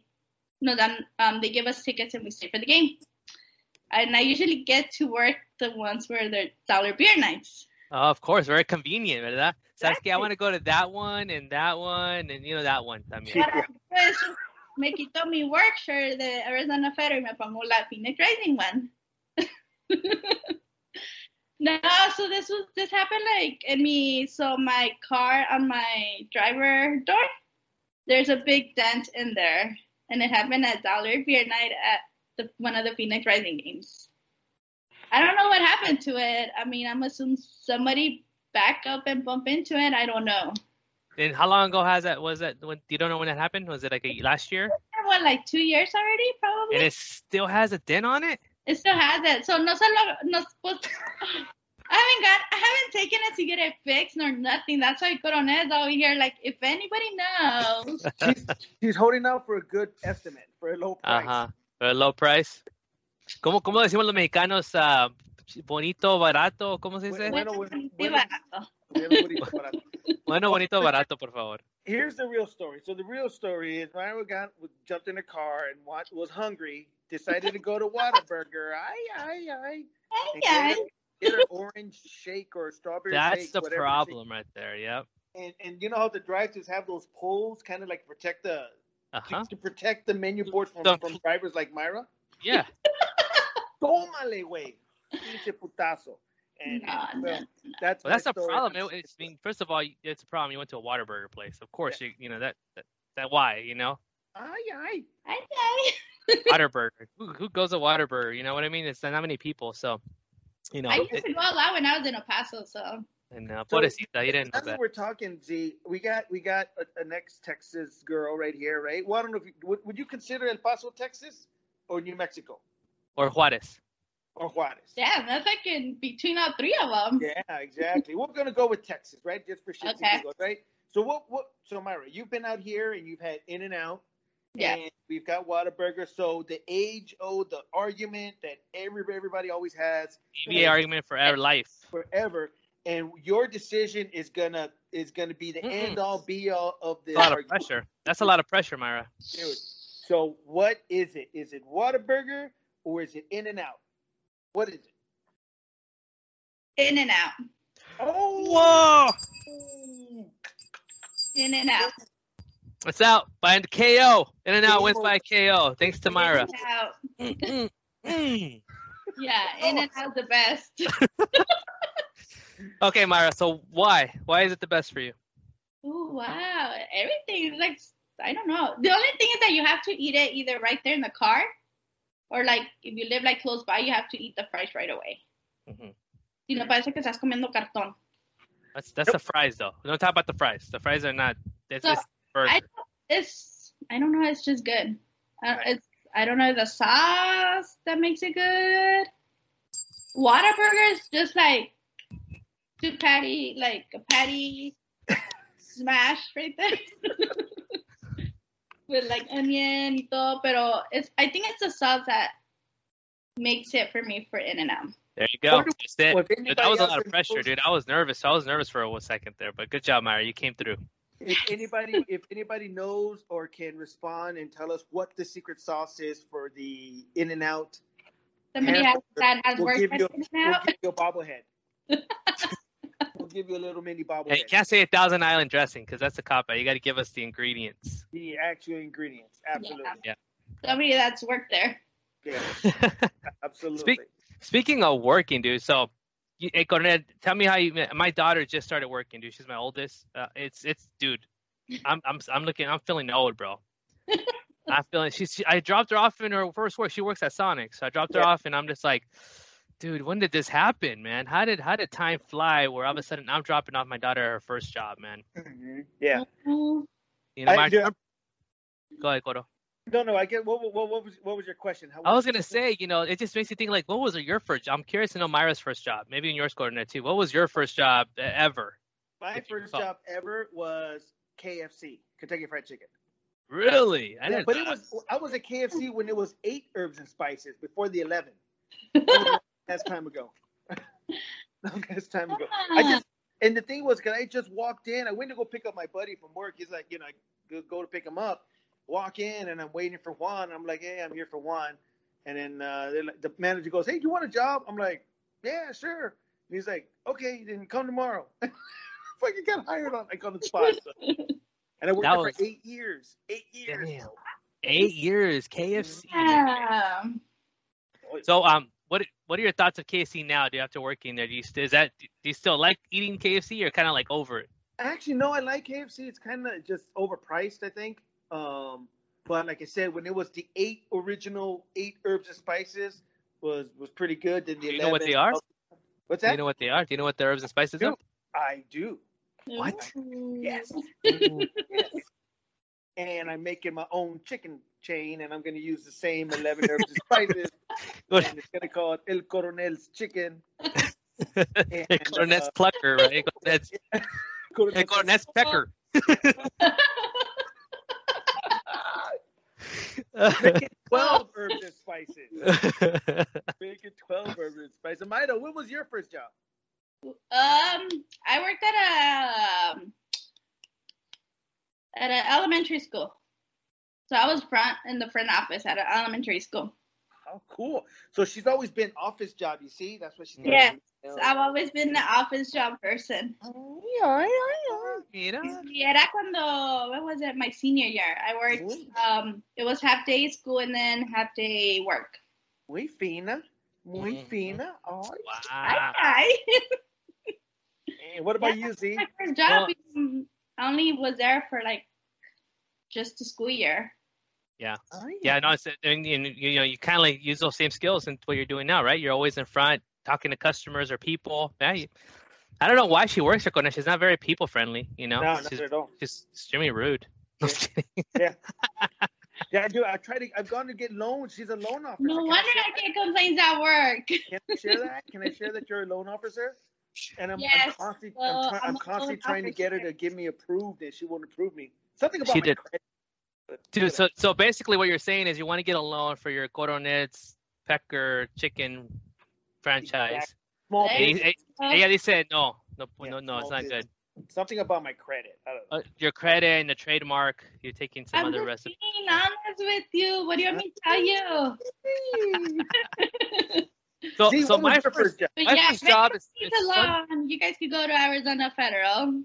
No, then um, they give us tickets and we stay for the game. And I usually get to work the ones where they're dollar beer nights.
oh, of course, very convenient, ¿verdad? Sabes que I
Exactly.
want to go to that one and that one and you know that one también.
Yeah.
But I pues, me quito mi work shirt de Arizona Federal y me pongo la Phoenix Rising one. [laughs] no, so this was this happened like in me. So my car on my driver door, there's a big dent in there, and it happened at Dollar Beer Night at the, one of the Phoenix Rising games. I don't know what happened to it. I mean, I'm assuming somebody back up and bump into it. I don't know.
And how long ago has that was that? When, you don't know when that happened? Was it like a, last year?
What, like two years already, probably.
And it still has a dent on it.
It still has it. So no solo no pues, [laughs] I haven't got I haven't taken it to get it fixed nor nothing. That's why Coronel's over here like if anybody knows
she's, she's holding out for a good estimate for a low price.
Ajá. Pero low price. ¿Cómo, cómo decimos los mexicanos? ah, bonito, barato. ¿Cómo se dice?
Bueno,
Bueno, bueno,
sí,
bueno.
barato.
Bueno, bonito, barato, por [laughs] favor.
Here's the real story. So the real story is Ryan got jumped in a car and wa- was hungry, decided to go to Whataburger. Ay, ay, ay.
Ay,
and
ay.
Get, a- get an orange shake or a strawberry
That's
shake,
the
whatever shake.
problem right there. Yep.
And, and you know how the drive-thrus have those poles, kind of like protect the
Ajá.
to protect the menu board from,
The-
from drivers like Myra.
Yeah.
Tómale, güey. Pinche putazo. And,
No,
and,
no,
well, that's
Well, that's
my
a
story.
problem. It, it's, I mean, first of all, it's a problem. You went to a Waterburger place. Of course, you you know that that, that why you know
Ay, ay.
Ay, ay.
Waterburger. [laughs] who, who goes to Waterburger? You know what I mean? It's not many people, so you know.
I used
It,
to go a lot when I was in El Paso, so
and uh,
So-
pobrecita, you didn't know
That's what
that.
we're talking, Z. We got we got a, an ex Texas girl right here, right? Well, I don't know if you, would, would you consider El Paso, Texas, or New Mexico,
Or Juarez.
or Juarez?
damn, that's like in between all three of them.
Yeah, exactly. we're gonna go with Texas, right? Just for shits
Okay.
and giggles, right? So what? What? So Myra, you've been out here and you've had In and Out.
Yeah.
And we've got Whataburger. So the age old, the argument that every everybody always has
EVA argument for our life.
forever, and your decision is gonna is gonna be the
Mm-mm.
end all be all of this
A lot of
argument.
pressure. That's a lot of pressure, Myra.
Dude, so what is it? Is it Whataburger or is it In and Out? What is it?
In and out.
Oh,
Whoa!
In and out.
It's out by KO. In and out wins by KO. Thanks to Myra.
Out.
Mm, mm, mm.
Yeah, in and out the best. [laughs]
Okay, Myra. So why? Why is it the best for you?
Ooh, wow. Everything is like I don't know. The only thing is that you have to eat it either right there in the car or like if you live like close by, you have to eat the fries right away.
Mhm.
Si no parece que estás comiendo cartón.
That's that's the fries though. Don't talk about the fries. The fries are not. It's,
So,
it's burger.
I don't, it's I don't know. It's just good. Uh, it's I don't know the sauce that makes it good. Whataburger is just like two patty, like a
[laughs]
patty smash right there. [laughs] With like onion y todo, pero it's I think it's the sauce that makes it for me for In and Out.
there you go.
What do-
That's it.
Well, if
Dude, that was a
anybody
lot of
else
pressure,
knows-
dude. I was nervous. I was nervous for a second there, but good job, Myra. You came through.
If anybody, if anybody knows or can respond and tell us what the secret sauce is for the In and Out,
Somebody has, that has
We'll
worked
give
at
you-
In and
we'll
Out.
give you a bobblehead. we'll give you a little mini
Yeah, you
bobblehead.
can't say a Thousand Island dressing because that's a cop out. You got to give us the ingredients.
the actual ingredients, absolutely,
Somebody that's worked there.
yeah,
[laughs]
absolutely.
Speaking of working, dude. So, you, hey, Cornel, tell me how you. met- My daughter just started working, dude. She's my oldest. Uh, it's it's, dude. I'm I'm I'm looking. I'm feeling old,
[laughs]
bro. I'm feeling. She's. She, I dropped her off in her first work. She works at Sonic, so I dropped her
Yeah.
off, and I'm just like, dude, when did this happen, man? How did how did time fly? Where all of a sudden I'm dropping off my daughter at her first job, man.
Mhm. Yeah.
Oh,
You know,
I-
my,
yeah.
go ahead, Coro.
No, no. I get what, what, what was what was your question? How,
I was gonna say, you know, it just makes you think like, what was your first job? I'm curious to know Myra's first job, maybe in yours, Gordon, too. What was your first job uh, ever?
my
if you
first
recall.
job ever was KFC, Kentucky Fried Chicken.
Really? I
Yeah,
didn't.
but it
know.
was I was at KFC when it was eight herbs and spices before the eleven. That was- That's time ago. [laughs] That's time ago. I
Oh,
just and the thing was, cause I just walked in. I went to go pick up my buddy from work. He's like, you know, I go, go to pick him up. Walk in, and I'm waiting for Juan. I'm like, hey, I'm here for Juan. And then uh, they're like- the manager goes, hey, do you want a job? I'm like, yeah, sure. And he's like, okay, then come tomorrow. [laughs] Fucking got hired on like on the spot. And I worked
That
there
was-
for eight years. Eight years.
Damn. Eight years KFC.
yeah.
So, um, what what are your thoughts of KFC now? Do you after working there? Do you st- is that do you still like eating KFC or kind of like over it?
Actually, no, I like KFC. It's kind of just overpriced, I think. Um, but like I said, when it was the eight original eight herbs and spices was was pretty good. Then the
You know what
11
they are?
What's
Do
that?
you know what they are? Do you know what the herbs and spices are?
Dude. I do,
What?
Mm-hmm.
[laughs] Yes.
Um,
and I'm making my own chicken chain, and I'm going to use the same eleven herbs and spices,
[laughs] Good.
and it's going to call it El Coronel's Chicken.
[laughs]
And,
Hey, Cornet's
uh,
Clucker, right? Hey, Cornet's,
Coronel's-
hey, Cornet's Pecker.
[laughs]
[laughs]
Make it twelve herbs and spices.
[laughs]
Make it twelve herbs and spices. Maida, what was your first job?
Um, I worked at a um, at an elementary school, so I was front in the front office at an elementary school.
Oh, cool. So she's always been office job. You see, that's what she's.
Yeah.
Oh.
So I've always been an office job person.
Mira.
Era cuando what was it? My senior year, I worked. Um, it was half day school and then half day work.
Muy fina, muy
Mhm.
fina. Oh,
Wow.
Ay, ay. [laughs]
and what about you, Z?
my first job.
Well-
mm, I only was there for like just the school year.
Yeah, no, it's, and, you you know, you kind of like use those same skills in what you're doing now, right? You're always in front, talking to customers or people. Yeah, you- I don't know why she works at Cornet. She's not very people friendly, you know.
No, not
she's,
at all.
she's extremely rude. No, I'm kidding.
Yeah, I do. I try to. I've gone to get loans. She's a loan officer.
No
Can I
wonder
share-
I get complaints at work.
Can I share that? Can I share that you're a loan officer? And I'm, I'm
Yes.
constantly,
Well,
I'm, try,
I'm
I'm
a
constantly
loan
trying to get her to
officer.
get me approved, and she won't approve me. Something about
She
my
did.
credit, but-
Dude, so so basically, what you're saying is you want to get a loan for your Coronets Pecker Chicken franchise.
small
Hey.
And
business,
he- eh, ella dice no, no, no, no, it's
small
not
business.
good.
something about my credit. I don't know.
Uh, your credit and the trademark, you're taking some
I'm
other
just
recipe.
being honest with you. What do you want me to tell
[laughs]
you? [laughs]
[laughs]
So,
Z,
so
what was
my
your
first,
first job?
But
my
yeah,
first job is,
leave
is
alone. You guys could go to Arizona Federal.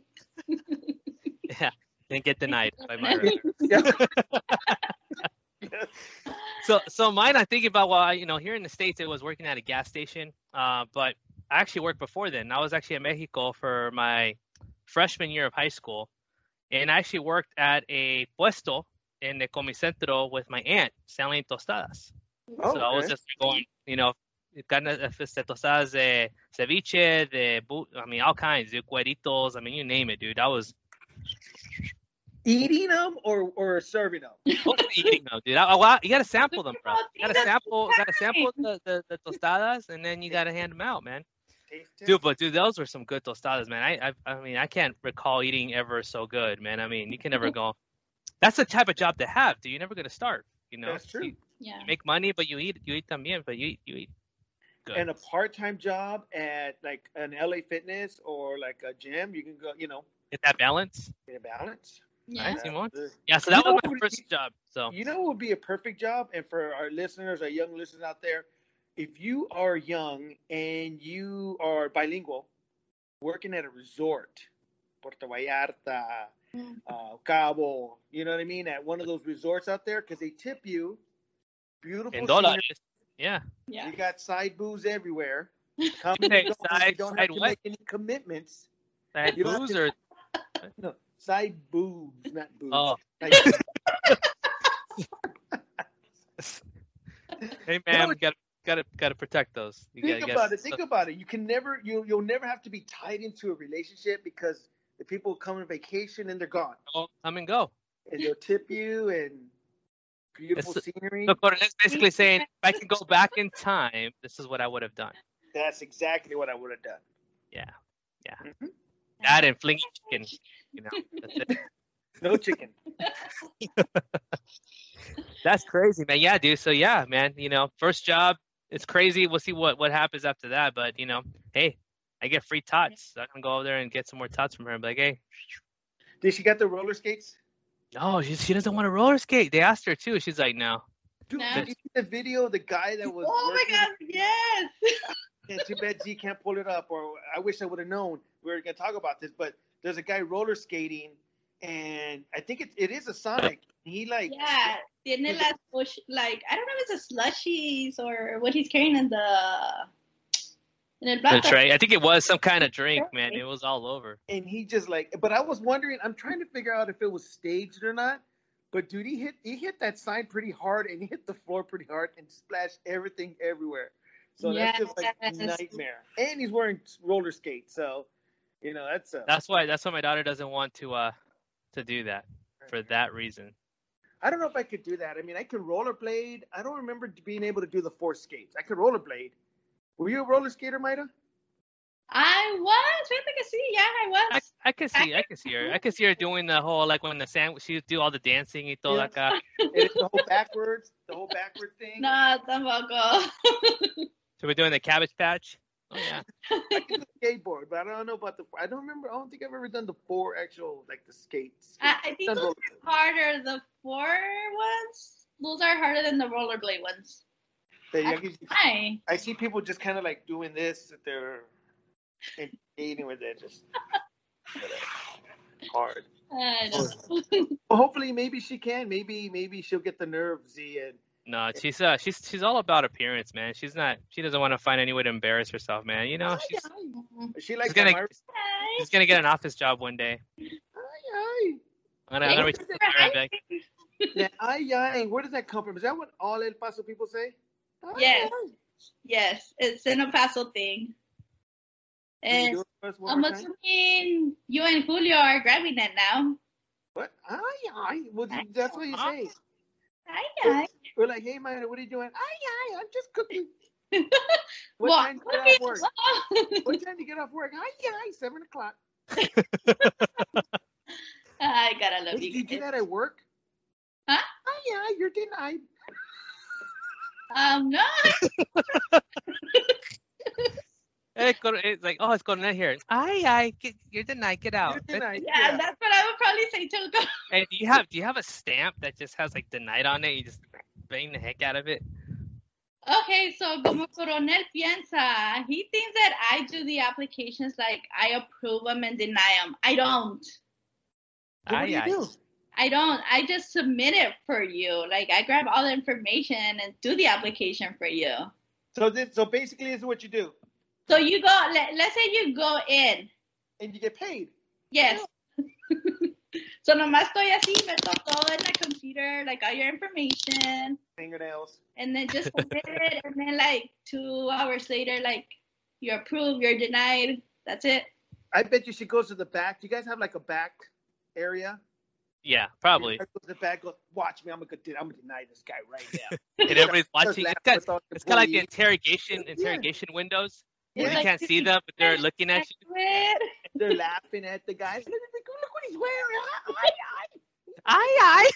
Yeah. and get denied by Myra. [laughs] so so mine, I think about well, I- you know, here in the states, it was working at a gas station. Uh, but I actually worked before then. I was actually in Mexico for my freshman year of high school, and I actually worked at a puesto in the comicentro with my aunt selling tostadas.
Oh,
so I was
okay.
just going, you know, carne de tostadas de ceviche, de bu- I mean, all kinds, de cueritos. I mean, you name it, dude. I was
eating them or, or serving
[laughs]
them.
totally eating them, dude. I, I, you gotta sample them, bro. You gotta
That's
sample, gotta sample
fine.
the, the, the tostadas, and then you gotta hand them out, man. Dude, but dude, those were some good tostadas, man. I, I, I mean, I can't recall eating ever so good, man. I mean, you can
Mm-hmm.
never go. That's the type of job to have, dude. You're never gonna starve, you know.
That's true.
You,
Yeah.
you make money, but you eat, you eat también, but you eat, you eat. Good.
And a part-time job at like an LA Fitness or like a gym, you can go, you know,
Get that balance.
get a balance.
Yeah.
Nice. Simón.
Uh,
Yeah, so
You
that was
know,
my first job. So
You know, what would be a perfect job, and for our listeners, our young listeners out there, if you are young and you are bilingual, working at a resort, Puerto Vallarta,
Mm.
uh, Cabo, you know what I mean, at one of those resorts out there, because they tip you. Beautiful.
in
scenery.
dólares. Yeah.
Yeah.
You got side
[laughs]
booze everywhere. Come
Hey,
and go,
side-
you don't
side
have to
what?
make any commitments.
That
You don't have
booze
to-
or
No, side booze, not booze.
oh. [laughs]
Side booze.
Hey man,
No,
we gotta gotta gotta protect those. You
think
gotta,
about
gotta,
it. Think about it. You can never. You you'll never have to be tied into a relationship because the people come on vacation and they're gone,
go, come and go.
and they'll tip you and beautiful
It's- [laughs]
scenery.
So Cornette's basically saying, if I could go back in time, this is what I would have done.
That's exactly what I would have done.
Yeah, yeah.
Mhm.
That and flinging chicken. You know, that's,
[laughs]
it.
No chicken.
That's crazy, man. Yeah, dude. So yeah, man. You know, first job. It's crazy. We'll see what what happens after that. But you know, hey, I get free tots. So I can go over there and get some more tots from her. and be like, hey,
Did she got the roller skates?
no, she she doesn't want to roller skate. They asked her too. She's like, no.
Dude,
No.
did you see the video? of The guy that was.
Oh my
working-
God! Yes. [laughs]
Yeah, too bad Z can't pull it up, or I wish I would have known. We were gonna talk about this, but there's a guy roller skating, and I think it, it is a Sonic. He like
Yeah. Tiene las bush, like I don't know if it's a slushies or what he's carrying in the in el
The
plato.
tray. I think it was some kind of drink, man. It was all over.
and he just like but i was wondering i'm trying to figure out if it was staged or not but dude he hit he hit that sign pretty hard and he hit the floor pretty hard and splashed everything everywhere so that's just like
Yes.
nightmare and he's wearing roller skates so you know that's a,
That's why. That's why my daughter doesn't want to uh to do that for that reason.
i don't know if i could do that i mean i could rollerblade i don't remember being able to do the four skates i could rollerblade were you a roller skater Maida?
I was. Fíjate que sí. Yeah, I
I,
was.
I can see I can see her I can see her doing the whole like when the sandwich she do all the dancing y todo uh,
Yeah.
acá.
And it's the whole backwards the whole backward thing
No, tampoco. [laughs]
So we're doing the cabbage patch. Oh yeah.
I can do the skateboard, but I don't know about the. I don't remember. I don't think I've ever done the four actual like the skates.
I, I think those are harder. The four ones. Those are harder than the rollerblade ones.
That you can-
Hi.
I see people just kind of like doing this. That they're and skating with it, just whatever. hard.
I
[laughs]
don't know.
Well, hopefully, maybe she can. Maybe, maybe she'll get the nerve, Z, and
No, she's uh she's she's all about appearance, man. She's not she doesn't want to find any way to embarrass herself, man. You know, she's
she
she's
likes
gonna
Amar-
Hi.
she's gonna get an office job one day.
Ay,
I'm gonna, I'm gonna reach out to her and be like,
ay. Now, ay, ay. Where does that come from? Is that what all El Paso people say? Ay,
Yes.
ay.
Yes, it's an El Paso thing.
Can you do
And
it for us one
I'm
more time?
assuming you and Julio are grabbing it now.
What? Ay, ay. Well, that's what you say.
Hi, guys.
We're like, hey, Maya, what are you doing? Ay, ay, I'm
[laughs]
just cooking. what,
Well,
time do you get off work?
cookies. [laughs]
what time do you get off work? Ay, ay, 7 o'clock.
I gotta
Hey,
love
did
you
you do
guys.
that at work?
Huh?
Ay, ay, you're denied.
Um, no,
Hey, Cor- it's like, oh, it's Cornet here. Aye, aye, get, you're denied. Get out.
You're denied.
yeah, that's what I would probably say too.
Hey, do you have do you have a stamp that just has like denied on it? You just bang the heck out of it.
[laughs] Okay, so como Coronel piensa, he thinks that I do the applications like I approve them and deny them. I don't.
Then what do you
Ay, ay.
do?
I don't. I just submit it for you. Like I grab all the information and do the application for you.
So this, so basically, this is what you do,
So you go. Let, let's say you go in.
and you get paid.
Yes. [laughs] so nomás estoy así, meto todo en la computer, like all your information,
Fingernails.
and then just
[laughs]
submit it, and then like two hours later, like you're approved, you're denied. That's it.
I bet you she goes to the back. Do you guys have like a back area?
Yeah, probably.
[laughs] She goes to the back. Goes, Watch me. I'm gonna den- I'm gonna deny this guy right
[laughs]
now.
And everybody's watching. It's got,
With all the
it's got like the
employees.
interrogation
[laughs] Yeah.
interrogation windows where
It's
you [laughs]
like,
can't
did
see
you
them, but they're
get
looking at
[laughs]
you.
it?
They're laughing at the guys. Look, look, look what he's wearing. Ah, ah, ah.
Aye,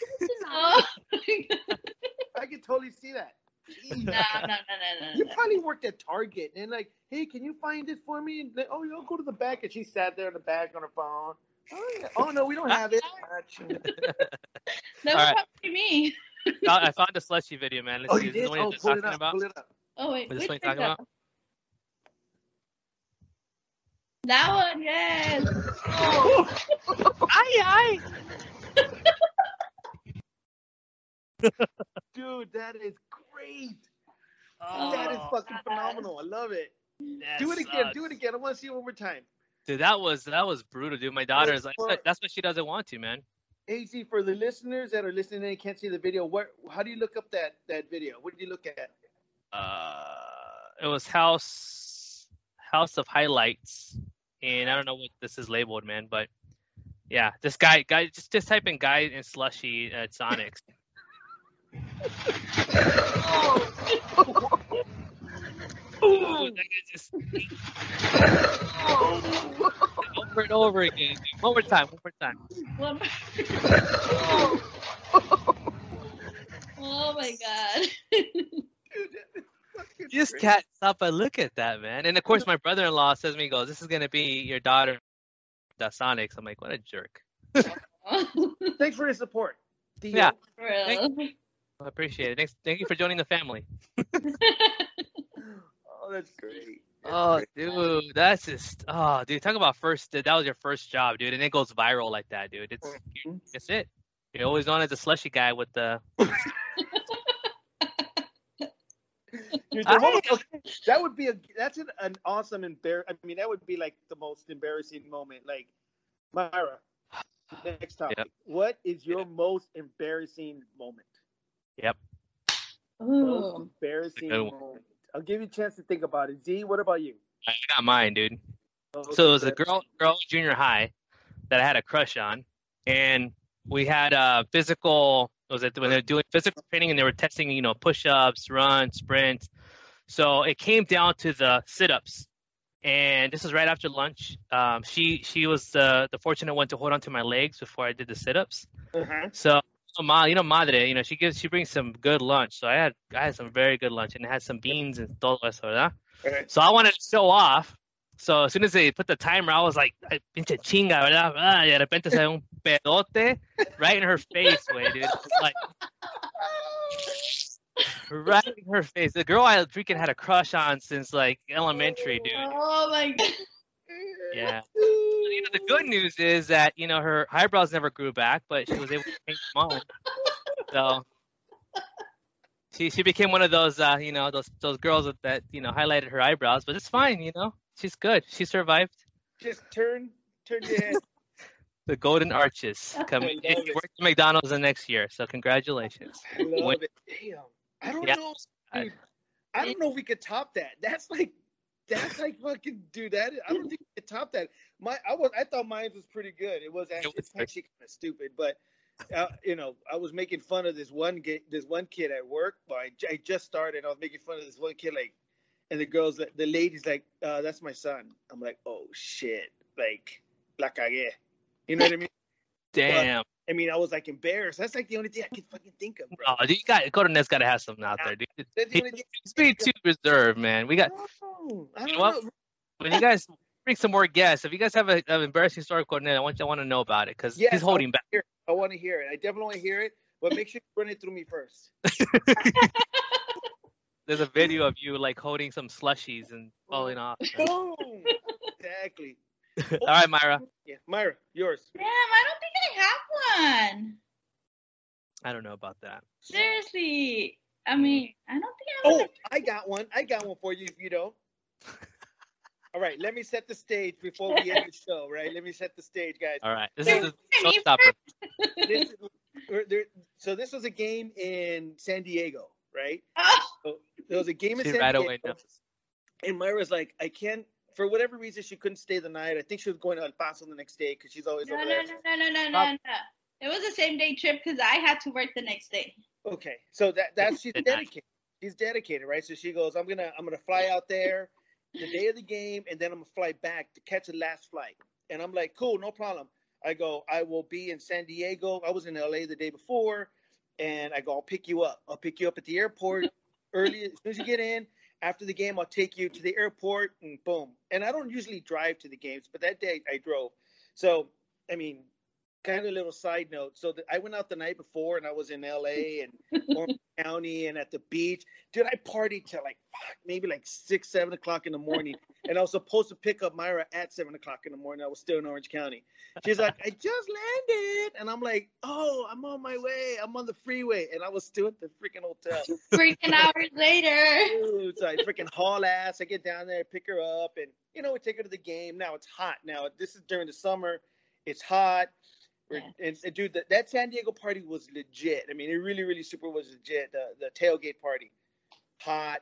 aye.
No. [laughs]
I can totally see that. Jeez.
no, no, no, no,
You
no, no.
probably worked at Target and like, hey, can you find it for me? And they, oh, you'll go to the back. And she sat there in the back on her phone. Oh, yeah. Oh, no, we don't have
[laughs]
it. Ah, shoot.
That was
All right.
probably me.
Found- I found a slushy video, man. Let's
oh,
see.
you
Is this
did?
the one you're
Oh, pull it
talking
up.
about?
Pull it up.
Oh wait,
Is this
which
what
one's
you're talking
that?
about?
That one, yes.
[laughs] Aye, aye.
Dude, that is great.
Oh,
that is fucking
God.
phenomenal. I love it. do it again. Do it again. I want to see it one more time.
Dude, that was that was brutal, dude. My daughter's like,
for-
that's what she doesn't want to, man.
AZ, for the listeners that are listening and can't see the video, what? How do you look up that that video? What did you look [laughs] at?
Uh, it was House House of Highlights, and I don't know what this is labeled, man, but yeah, this guy guy just just type in guy and slushy uh, at Sonics. Dude, that guy just- over and over again. dude. One more time. One more time.
One more- oh my god.
Dude, that is fucking
Just
great.
can't stop but look at that, man. And of course, my brother-in-law says to me, he "Goes, this is gonna be your daughter, the Sonics." I'm like, what a jerk.
[laughs] For
Thanks for your support. Theo.
Yeah.
real.
I appreciate it. Thanks, thank you for joining the family.
Oh, that's great.
Oh, dude, that's just oh, dude, talk about first. That was your first job, dude, and it goes viral like that, dude. It's that's it. You're always known as the slushy guy with the.
Dude,
I- [laughs]
the whole- okay, that would be a that's an, an awesome embar. I mean, that would be like the most embarrassing moment. Like, Myra, next topic.
Yep.
What is your most embarrassing moment? Most
[laughs] Ooh.
embarrassing
Good one.
moment. I'll give you a chance to think about it. Z, what about you?
I got mine, dude.
Most
so it was a
embarrassing-
girl girl in junior high that I had a crush on, and we had uh, physical. Was it when they were doing physical training and they were testing, you know, push ups, runs, sprints. So it came down to the sit ups, and this was right after lunch. Um, she she was the the fortunate one to hold onto my legs before I did the sit ups.
Uh-huh.
So so ma, you know, madre, you know, she gives she brings some good lunch. So I had I had some very good lunch and it had some beans and todo eso, ¿verdad?
Right.
So I wanted to show off. So as soon as they put the timer, I was like, "Ay, pinche chinga, ¿verdad? Ah, y de repente se ve un pedote right in her face, way, dude. It's Like, right in her face. The girl I freaking had a crush on since like elementary, dude.
Oh my god.
Yeah. You know, the good news is that, you know, her eyebrows never grew back, but she was able to paint them on. So she she became one of those uh, you know, those those girls that- that, you know, highlighted her eyebrows, but it's fine, you know. She's good. She survived
Just turn, turn your head.
the golden arches. Come
I love
and she
it.
worked at McDonald's the next year, so congratulations.
I love
Wait.
it. Damn. I don't
Yeah.
know. dude. I don't know if we could top that. That's like that's like fucking dude. That I don't think we could top that. My I was I thought mine was pretty good. It was actually,
was
it's
good.
actually kind of stupid, but uh, you know I was making fun of this one ga- this one kid at work. But I, j- I just started. and I was making fun of this one kid like, and the girls like- the ladies like uh, that's my son. I'm like oh shit like la cagué. You know what I mean?
Damn.
I mean I was like embarrassed. That's like the only thing I could fucking think of, bro.
Oh, dude, you got Golden Net's gotta have something out there, dude.
That's the only thing
It's pretty too reserved, man. We got
Oh, I
You
don't
know what?
know.
when you guys bring some more guests, if you guys have a, an embarrassing story coordinator, I want you, I want to know about it because
Yes,
he's holding back.
I want to hear it. I definitely want to hear it, but make sure you run it through me
[laughs]
first.
There's a video of you like holding some slushies and falling off.
Boom! exactly.
All right, Myra.
Yeah, Myra, yours.
Damn, I don't think I have
I don't know about that.
Seriously, I
Hmm.
mean, I don't think I
Oh,
would.
I got one. I got one for you if you
[laughs]
don't. All right, let me set the stage before we end the show, right? Let me set the stage, guys.
All right, this
You're
is the
right, you're [laughs]
showstopper.
This, or there, so this was a game in San Diego, right?
Oh,
There was a game in
She
San
right
Diego.
away knows.
And Myra's like, I can't, for whatever reason, she couldn't stay the night. I think she was going to El Paso the next day because she's always
no, no,
over
no,
there.
no, no, no, no, no. It was a same day trip because I had to work the next day.
Okay, so that that's she's
Good night.
dedicated. She's dedicated, right? So she goes, I'm gonna I'm gonna fly out there the day of the game, and then I'm gonna fly back to catch the last flight. And I'm like, cool, no problem. I go, I will be in San Diego. I was in LA the day before, and I go, I'll pick you up. I'll pick you up at the airport early as soon as you get in. After the game, I'll take you to the airport, and boom. And I don't usually drive to the games, but that day I drove. So I mean, kind of a little side note. So the, I went out the night before, and I was in LA and Orange County and at the beach. Dude, I partied till like fuck, maybe like six, seven o'clock in the morning. And I was supposed to pick up Myra at seven o'clock in the morning. I was still in Orange County. She's like, I just landed. And I'm like, oh, I'm on my way. I'm on the freeway. And I was still at the freaking hotel.
Freaking hours later.
Dude, so I freaking haul ass. I get down there, pick her up, and you know, we take her to the game. Now it's hot. Now this is during the summer. It's hot. We're, and, and dude, that, that San Diego party was legit. I mean, it really, really super was legit. The the tailgate party, hot,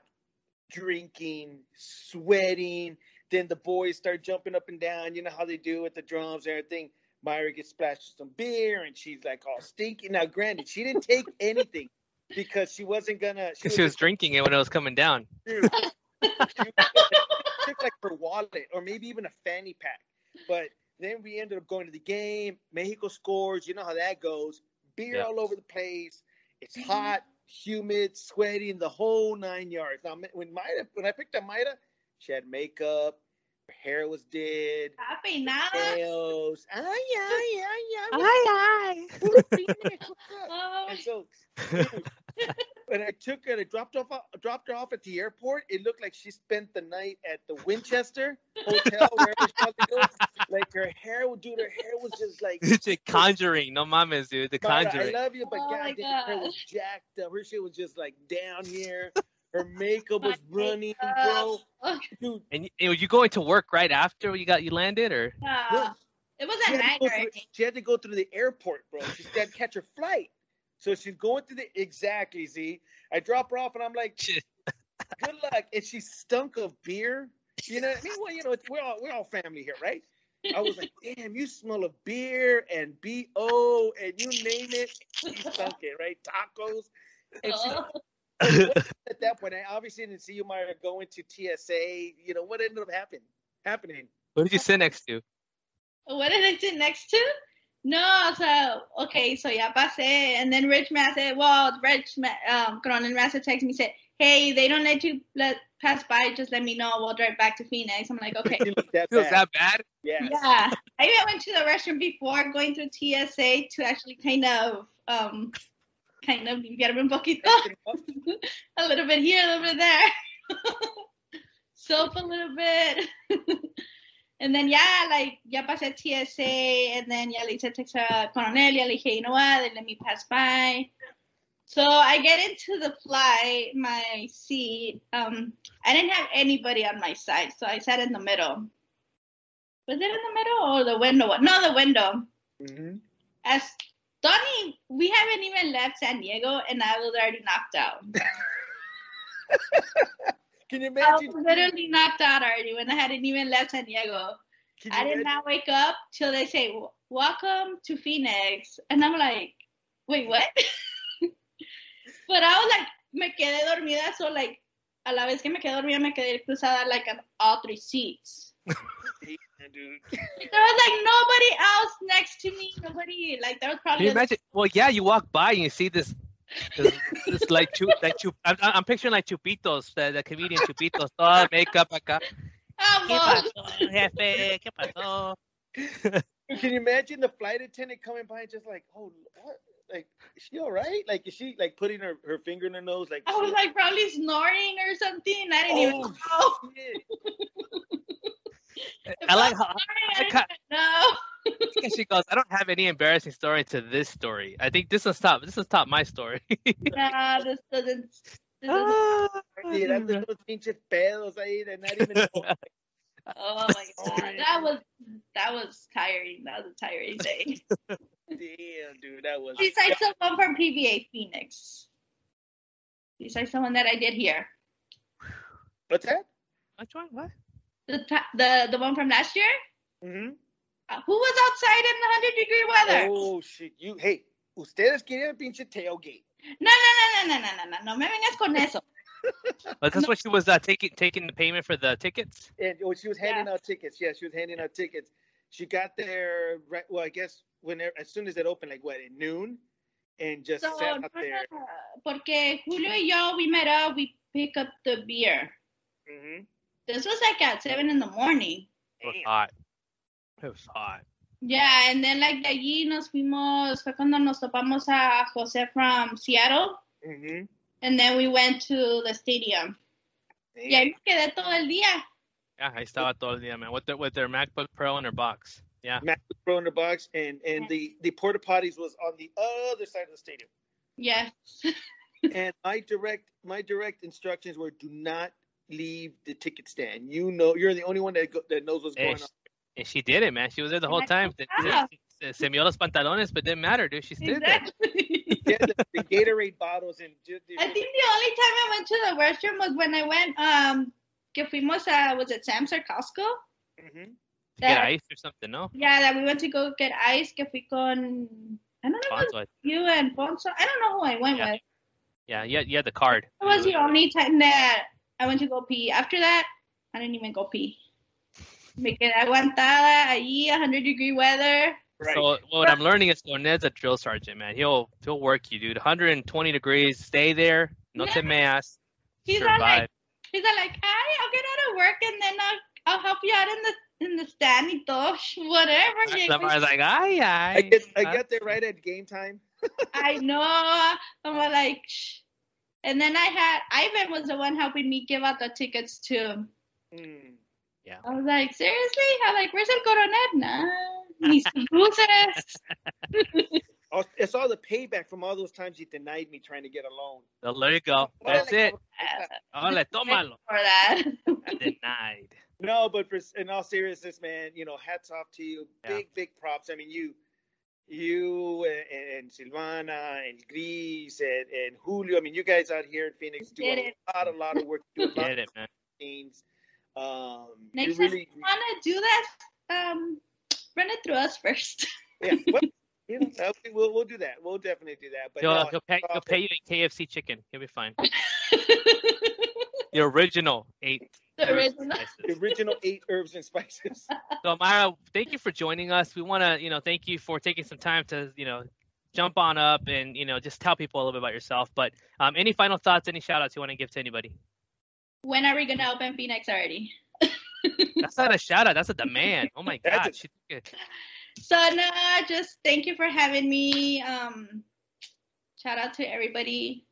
drinking, sweating. Then the boys start jumping up and down. You know how they do with the drums and everything. Myra gets splashed with some beer, and she's like all stinky. Now, granted, she didn't take anything because she wasn't gonna.
Because she was drinking it when it was coming
[laughs]
down.
Dude, she took like her wallet or maybe even a fanny pack. But then we ended up going to the game. Mexico scores. You know how that goes. Beer
Yeah.
all over the place. It's
Mhm.
hot, humid, sweating, the whole nine yards. Now, when Maida, when I picked up Maida, she had makeup. Her hair was did.
Happy now.
Nails. Ay, ay, ay, ay.
Aye,
Puro finish, what's up?
Oh,
And so [laughs] when I took her, I dropped off, uh, dropped her off at the airport. It looked like she spent the night at the Winchester Hotel, wherever she was going. Like her hair, would dude, her hair was
[laughs]
just like.
the conjuring, no mames, dude. The
Mara,
conjuring.
I love you, but
Oh my
goddamn, her hair
God.
was jacked up. Her shit was just like down here. Her makeup
[laughs] My
was running, bro.
makeup. Oh,
Dude,
and y- and were you going to work right after you got you landed, or [laughs]
uh, it was
she
at night
had, to go through,
already.
she had to go through the airport, bro. She had to catch her flight. So she's going to the exactly. See, I drop her off, and I'm like, good luck. And she stunk of beer. You know what I mean? Well, you know, it's- we're all we're all family here, right? I was like, damn, you smell of beer and bo and you name it, she stunk it, right? Tacos. And she, at that point, I obviously didn't see you, Myra, going to TSA. You know what ended up happening? Happening.
what did you sit next to?
Oh. [laughs] what did I sit next to? No, so okay, so ya pasé, and then Rich Mass said, well, Rich Ma- um, Cronin Master texted me said, hey, they don't let you let pass by, just let me know, we'll drive back to Phoenix. I'm like,
[laughs]
okay,
She looked that
It was
bad.
that bad?
Yeah.
yeah. I even went to the restroom before going through TSA to actually kind of um, kind of limpiar un poquito. [laughs] a little bit here, a little bit there. [laughs] Soap a little bit. [laughs] and then yeah, like ya pasé TSA and then ya le hice text a Cornelia, le dije, you know what, they let me pass by. So I get into the flight, my seat. Um, I didn't have anybody on my side, so I sat in the middle. Was it in the middle or the window? No, the window
Mhm.
as Donnie, we haven't even left San Diego, and I was already knocked out.
Can you
I was
imagine?
literally knocked out already when I hadn't even left San Diego.
Can you
I did
imagine?
not wake up till they say, "Wel- "Welcome to Phoenix," and I'm like, "Wait, what?" [laughs] but I was like, me quedé dormida, so like, a la vez que me quedé dormida, me quedé cruzada like on all three
[laughs]
seats.
Dude.
There was like nobody else next to me. Nobody like there was
Can
probably
you
other-
imagine? Well, yeah, you walk by and you see this, this, this like, chu, like chu, I'm, I'm picturing like Chupitos, the, the comedian Chupitos, all makeup acá. ¿Qué
Ah, well,
pasó, jefe? ¿Qué pasó?
Can you imagine the flight attendant coming by and just like, oh, what? Like, is she all right? Like, is she like putting her, her finger in her nose? Like,
I was like probably snoring or something. I didn't even
Oh,
know.
shit.
I like how
Sorry, I
I
didn't
ca-
know.
And she goes, I don't have any embarrassing story to this story. I think this is top. This is top my story.
Nah, this doesn't. This
[gasps]
doesn't
[gasps] Ah,
Tirando unos pinches pedos ahí de nadie
[laughs]
me know.
oh my god, that was that was tiring. That was a tiring
[laughs]
day.
Damn, dude, that was.
Besides someone from PBA Phoenix. Besides someone that I did here.
What's that?
Which one? What?
The ti the the one from last year.
Mm-hmm.
Uh, who was outside in the hundred degree weather?
Oh shit, you. Hey, ustedes querían pinche tailgate.
No, no, no, no, no, no, no, no. No me vengas con eso.
But that's what she was uh, taking taking the payment for the tickets.
and oh, she was handing out tickets. Yeah, she was handing out tickets. She got there right. Well, I guess when as soon as it opened, like what at noon, and just
So,
sat up there.
no, porque Julio y yo, we met up, we pick up the beer.
hmm
This was like at seven in the morning.
It was hot. It was hot.
Yeah, and then like de allí nos fuimos, fue cuando nos topamos a Jose from Seattle,
hmm
and then we went to the stadium. Y ahí me quedé todo el día.
Yeah, I saw it todo el día, man. With their with their MacBook Pro in her box. Yeah.
Matt was throwing the box, and and the the porta potties was on the other side of the stadium.
Yes.
and my direct my direct instructions were do not leave the ticket stand. You know, you're the only one that go, that knows what's
Hey,
going
she,
on.
and she did it, man. She was there the
And
whole
I
time.
took
Se-
off.
se- se meó los pantalones, but didn't matter, dude. She stood there.
Exactly.
Yeah, the, the Gatorade [laughs] bottles and ju-
I think the only time I went to the restroom was when I went, um, que fuimos a, was it Sam's or Costco?
Mhm.
To get
That-
ice or something, no?
Yeah, that we went to go get ice, que fui con, I don't know, if it was
Bonzo, I-
you and Bonzo, I don't know who I went
Yeah.
with.
Yeah, you had, you had the card.
That was the only time that I went to go pee. After that, I didn't even go pee. Me quedé aguantada allí, 100 degree weather.
right.
So what I'm learning is Cornet's a drill sergeant, man. He'll he'll work you, dude. 120 degrees, stay there, no
Yeah.
te meas,
He's all
survive.
like, he's all like, "Ay, I'll get out of work and then I'll, I'll help you out in the in the stand y todo, [laughs] whatever.
I'm like, ay, ay.
I get
uh,
I get there right at game time.
I know. I'm all like, Shh. and then I had Ivan was the one helping me give out the tickets too.
Mm.
I was like, seriously? I'm like, where's el coronet? Nah, mis luces. [laughs]
Oh, It's all the payback from all those times you denied me trying to get a loan.
So there you go. That's it. Ole, tómalo.
for that.
Denied.
No, but for, in all seriousness, man, you know, hats off to you.
Yeah.
Big, big props. I mean, you, you and, and Silvana and Gris and, and Julio. I mean, you guys out here in Phoenix do
Did
a
it.
lot, a lot of work.
[laughs]
Do a lot
Get
of
it, man.
things. Um, you
Next
really,
time you want to do that, um, run it through us first. [laughs]
yeah. Well, you know, that- we'll, we'll do that. We'll definitely do that. But
He'll,
no, uh,
he'll, pay,
hats
he'll
off.
pay you a KFC chicken. He'll be fine. The original eight.
the original.
the
spices.
original eight herbs
[laughs]
and spices.
So Myra, thank you for joining us. We want to, you know, thank you for taking some time to, you know, jump on up and, you know, just tell people a little bit about yourself. But um, any final thoughts, any shout outs you want to give to anybody?
When are we gonna open Phoenix already?
That's not a shout out. That's a demand. Oh my
[laughs] That's
God.
a-
She,
So no, just thank you for having me. Um, shout out to everybody.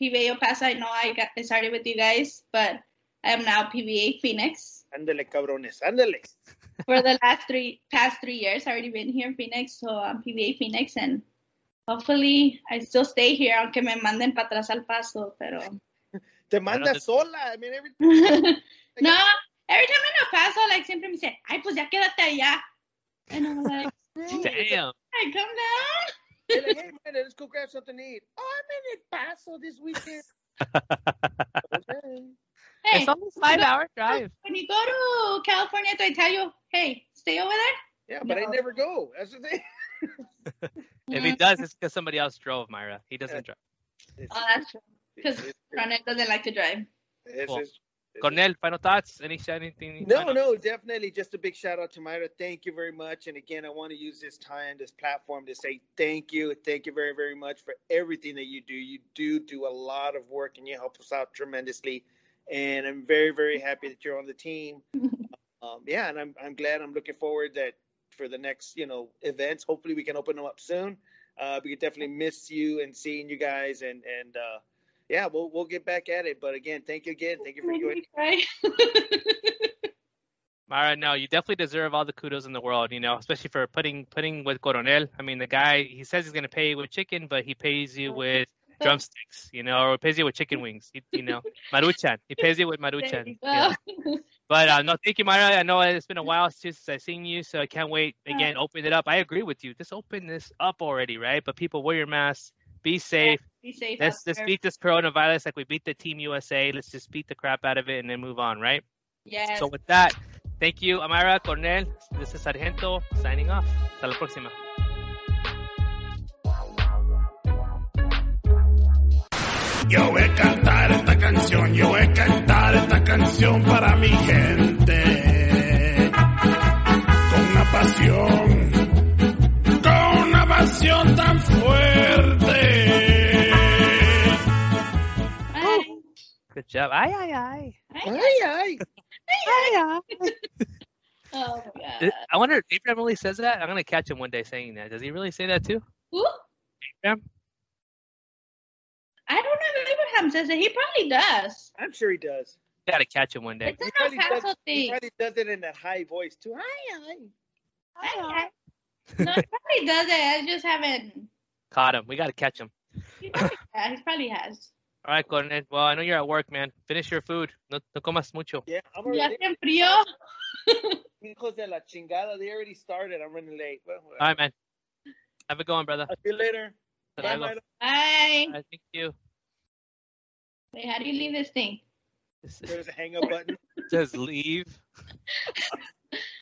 PBA El Paso. I know I got I started with you guys, but I am now PBA Phoenix
Ándale, cabrones. Ándale.
for the last three past three years. I already been here in Phoenix, so I'm PBA Phoenix, and hopefully I still stay here. Aunque me manden para atrás al paso, pero.
Te
Bueno,
manda
te-
sola. I mean, every
no, every time en El Paso, like, siempre me dice, ay, pues ya quédate allá. And I'm like,
damn.
"Ay, come down.
They're like, hey man, let's go grab something to eat. Oh, I'm in El Paso this weekend. okay.
Hey,
It's almost five hour drive.
when you go to California, do I tell you, hey, stay over there?
Yeah, but I
No.
never go. That's the thing.
If he does, it's because somebody else drove, Myra. He doesn't drive.
Oh, that's true. Because Ronald doesn't like to drive.
This
Cool.
is- this is-
Cornel, final thoughts? Any anything?
No, no, definitely. Just a big shout out to Myra. Thank you very much. And again, I want to use this time, this platform to say thank you. Thank you very, very much for everything that you do. You do do a lot of work and you help us out tremendously. And I'm very, very happy that you're on the team. um, yeah, and I'm, I'm glad. I'm looking forward that for the next, you know, events. Hopefully, we can open them up soon. Uh, we could definitely miss you and seeing you guys. And and uh, yeah, we'll we'll get back at it. But again, thank you again. Thank you for
Make
joining.
me cry.
Mara, no, you definitely deserve all the kudos in the world, you know, especially for putting putting with Coronel. I mean, the guy he says he's gonna pay you with chicken, but he pays you with drumsticks, you know, or pays you with chicken wings, you, you know, maruchan. He pays you with maruchan. Yeah. But uh, no, thank you, Mara. I know it's been a while since I've seen you, so I can't wait. Again, open it up. I agree with you. Just open this up already, right? But people, wear your masks. Be safe.
Be safe.
Let's
out
let's
there.
beat this coronavirus like we beat the Team USA. Let's just beat the crap out of it and then move on, right?
Yes.
So with that, thank you, Amara, Cornel. This is Sargento signing off. Hasta la próxima.
Yo voy a cantar esta canción, yo voy a cantar esta canción para mi gente. Con una pasión, con una pasión tan fuerte.
Bye.
Good job. Ay, ay, ay.
Bye. Oh my god.
Th- Uh, I wonder if Abraham really says that. I'm gonna catch him one day saying that. Does he really say that too?
Who?
Abraham?
I don't know if Abraham says it. He probably does.
I'm sure he does.
Gotta catch him one day.
It's an
probably
El Paso
He
thing.
probably does it in that high voice too. Hi, hi.
I- I- [laughs] No, he probably does it. I just haven't.
Caught him. We gotta catch him.
He probably, yeah, he probably has.
All right, Cornel. Well, I know you're at work, man. Finish your food. No, no comas mucho.
Yeah, I'm
Ya
already.
se enfrió.
Hijos de la chingada, they already started. I'm running late. Well,
All right, man. Have a good one, brother.
I'll see you later.
Hasta
Yeah.
luego.
Bye.
Bye.
All right, thank you.
Wait, how do you leave this thing?
Just,
There's a hang up button.
just leave.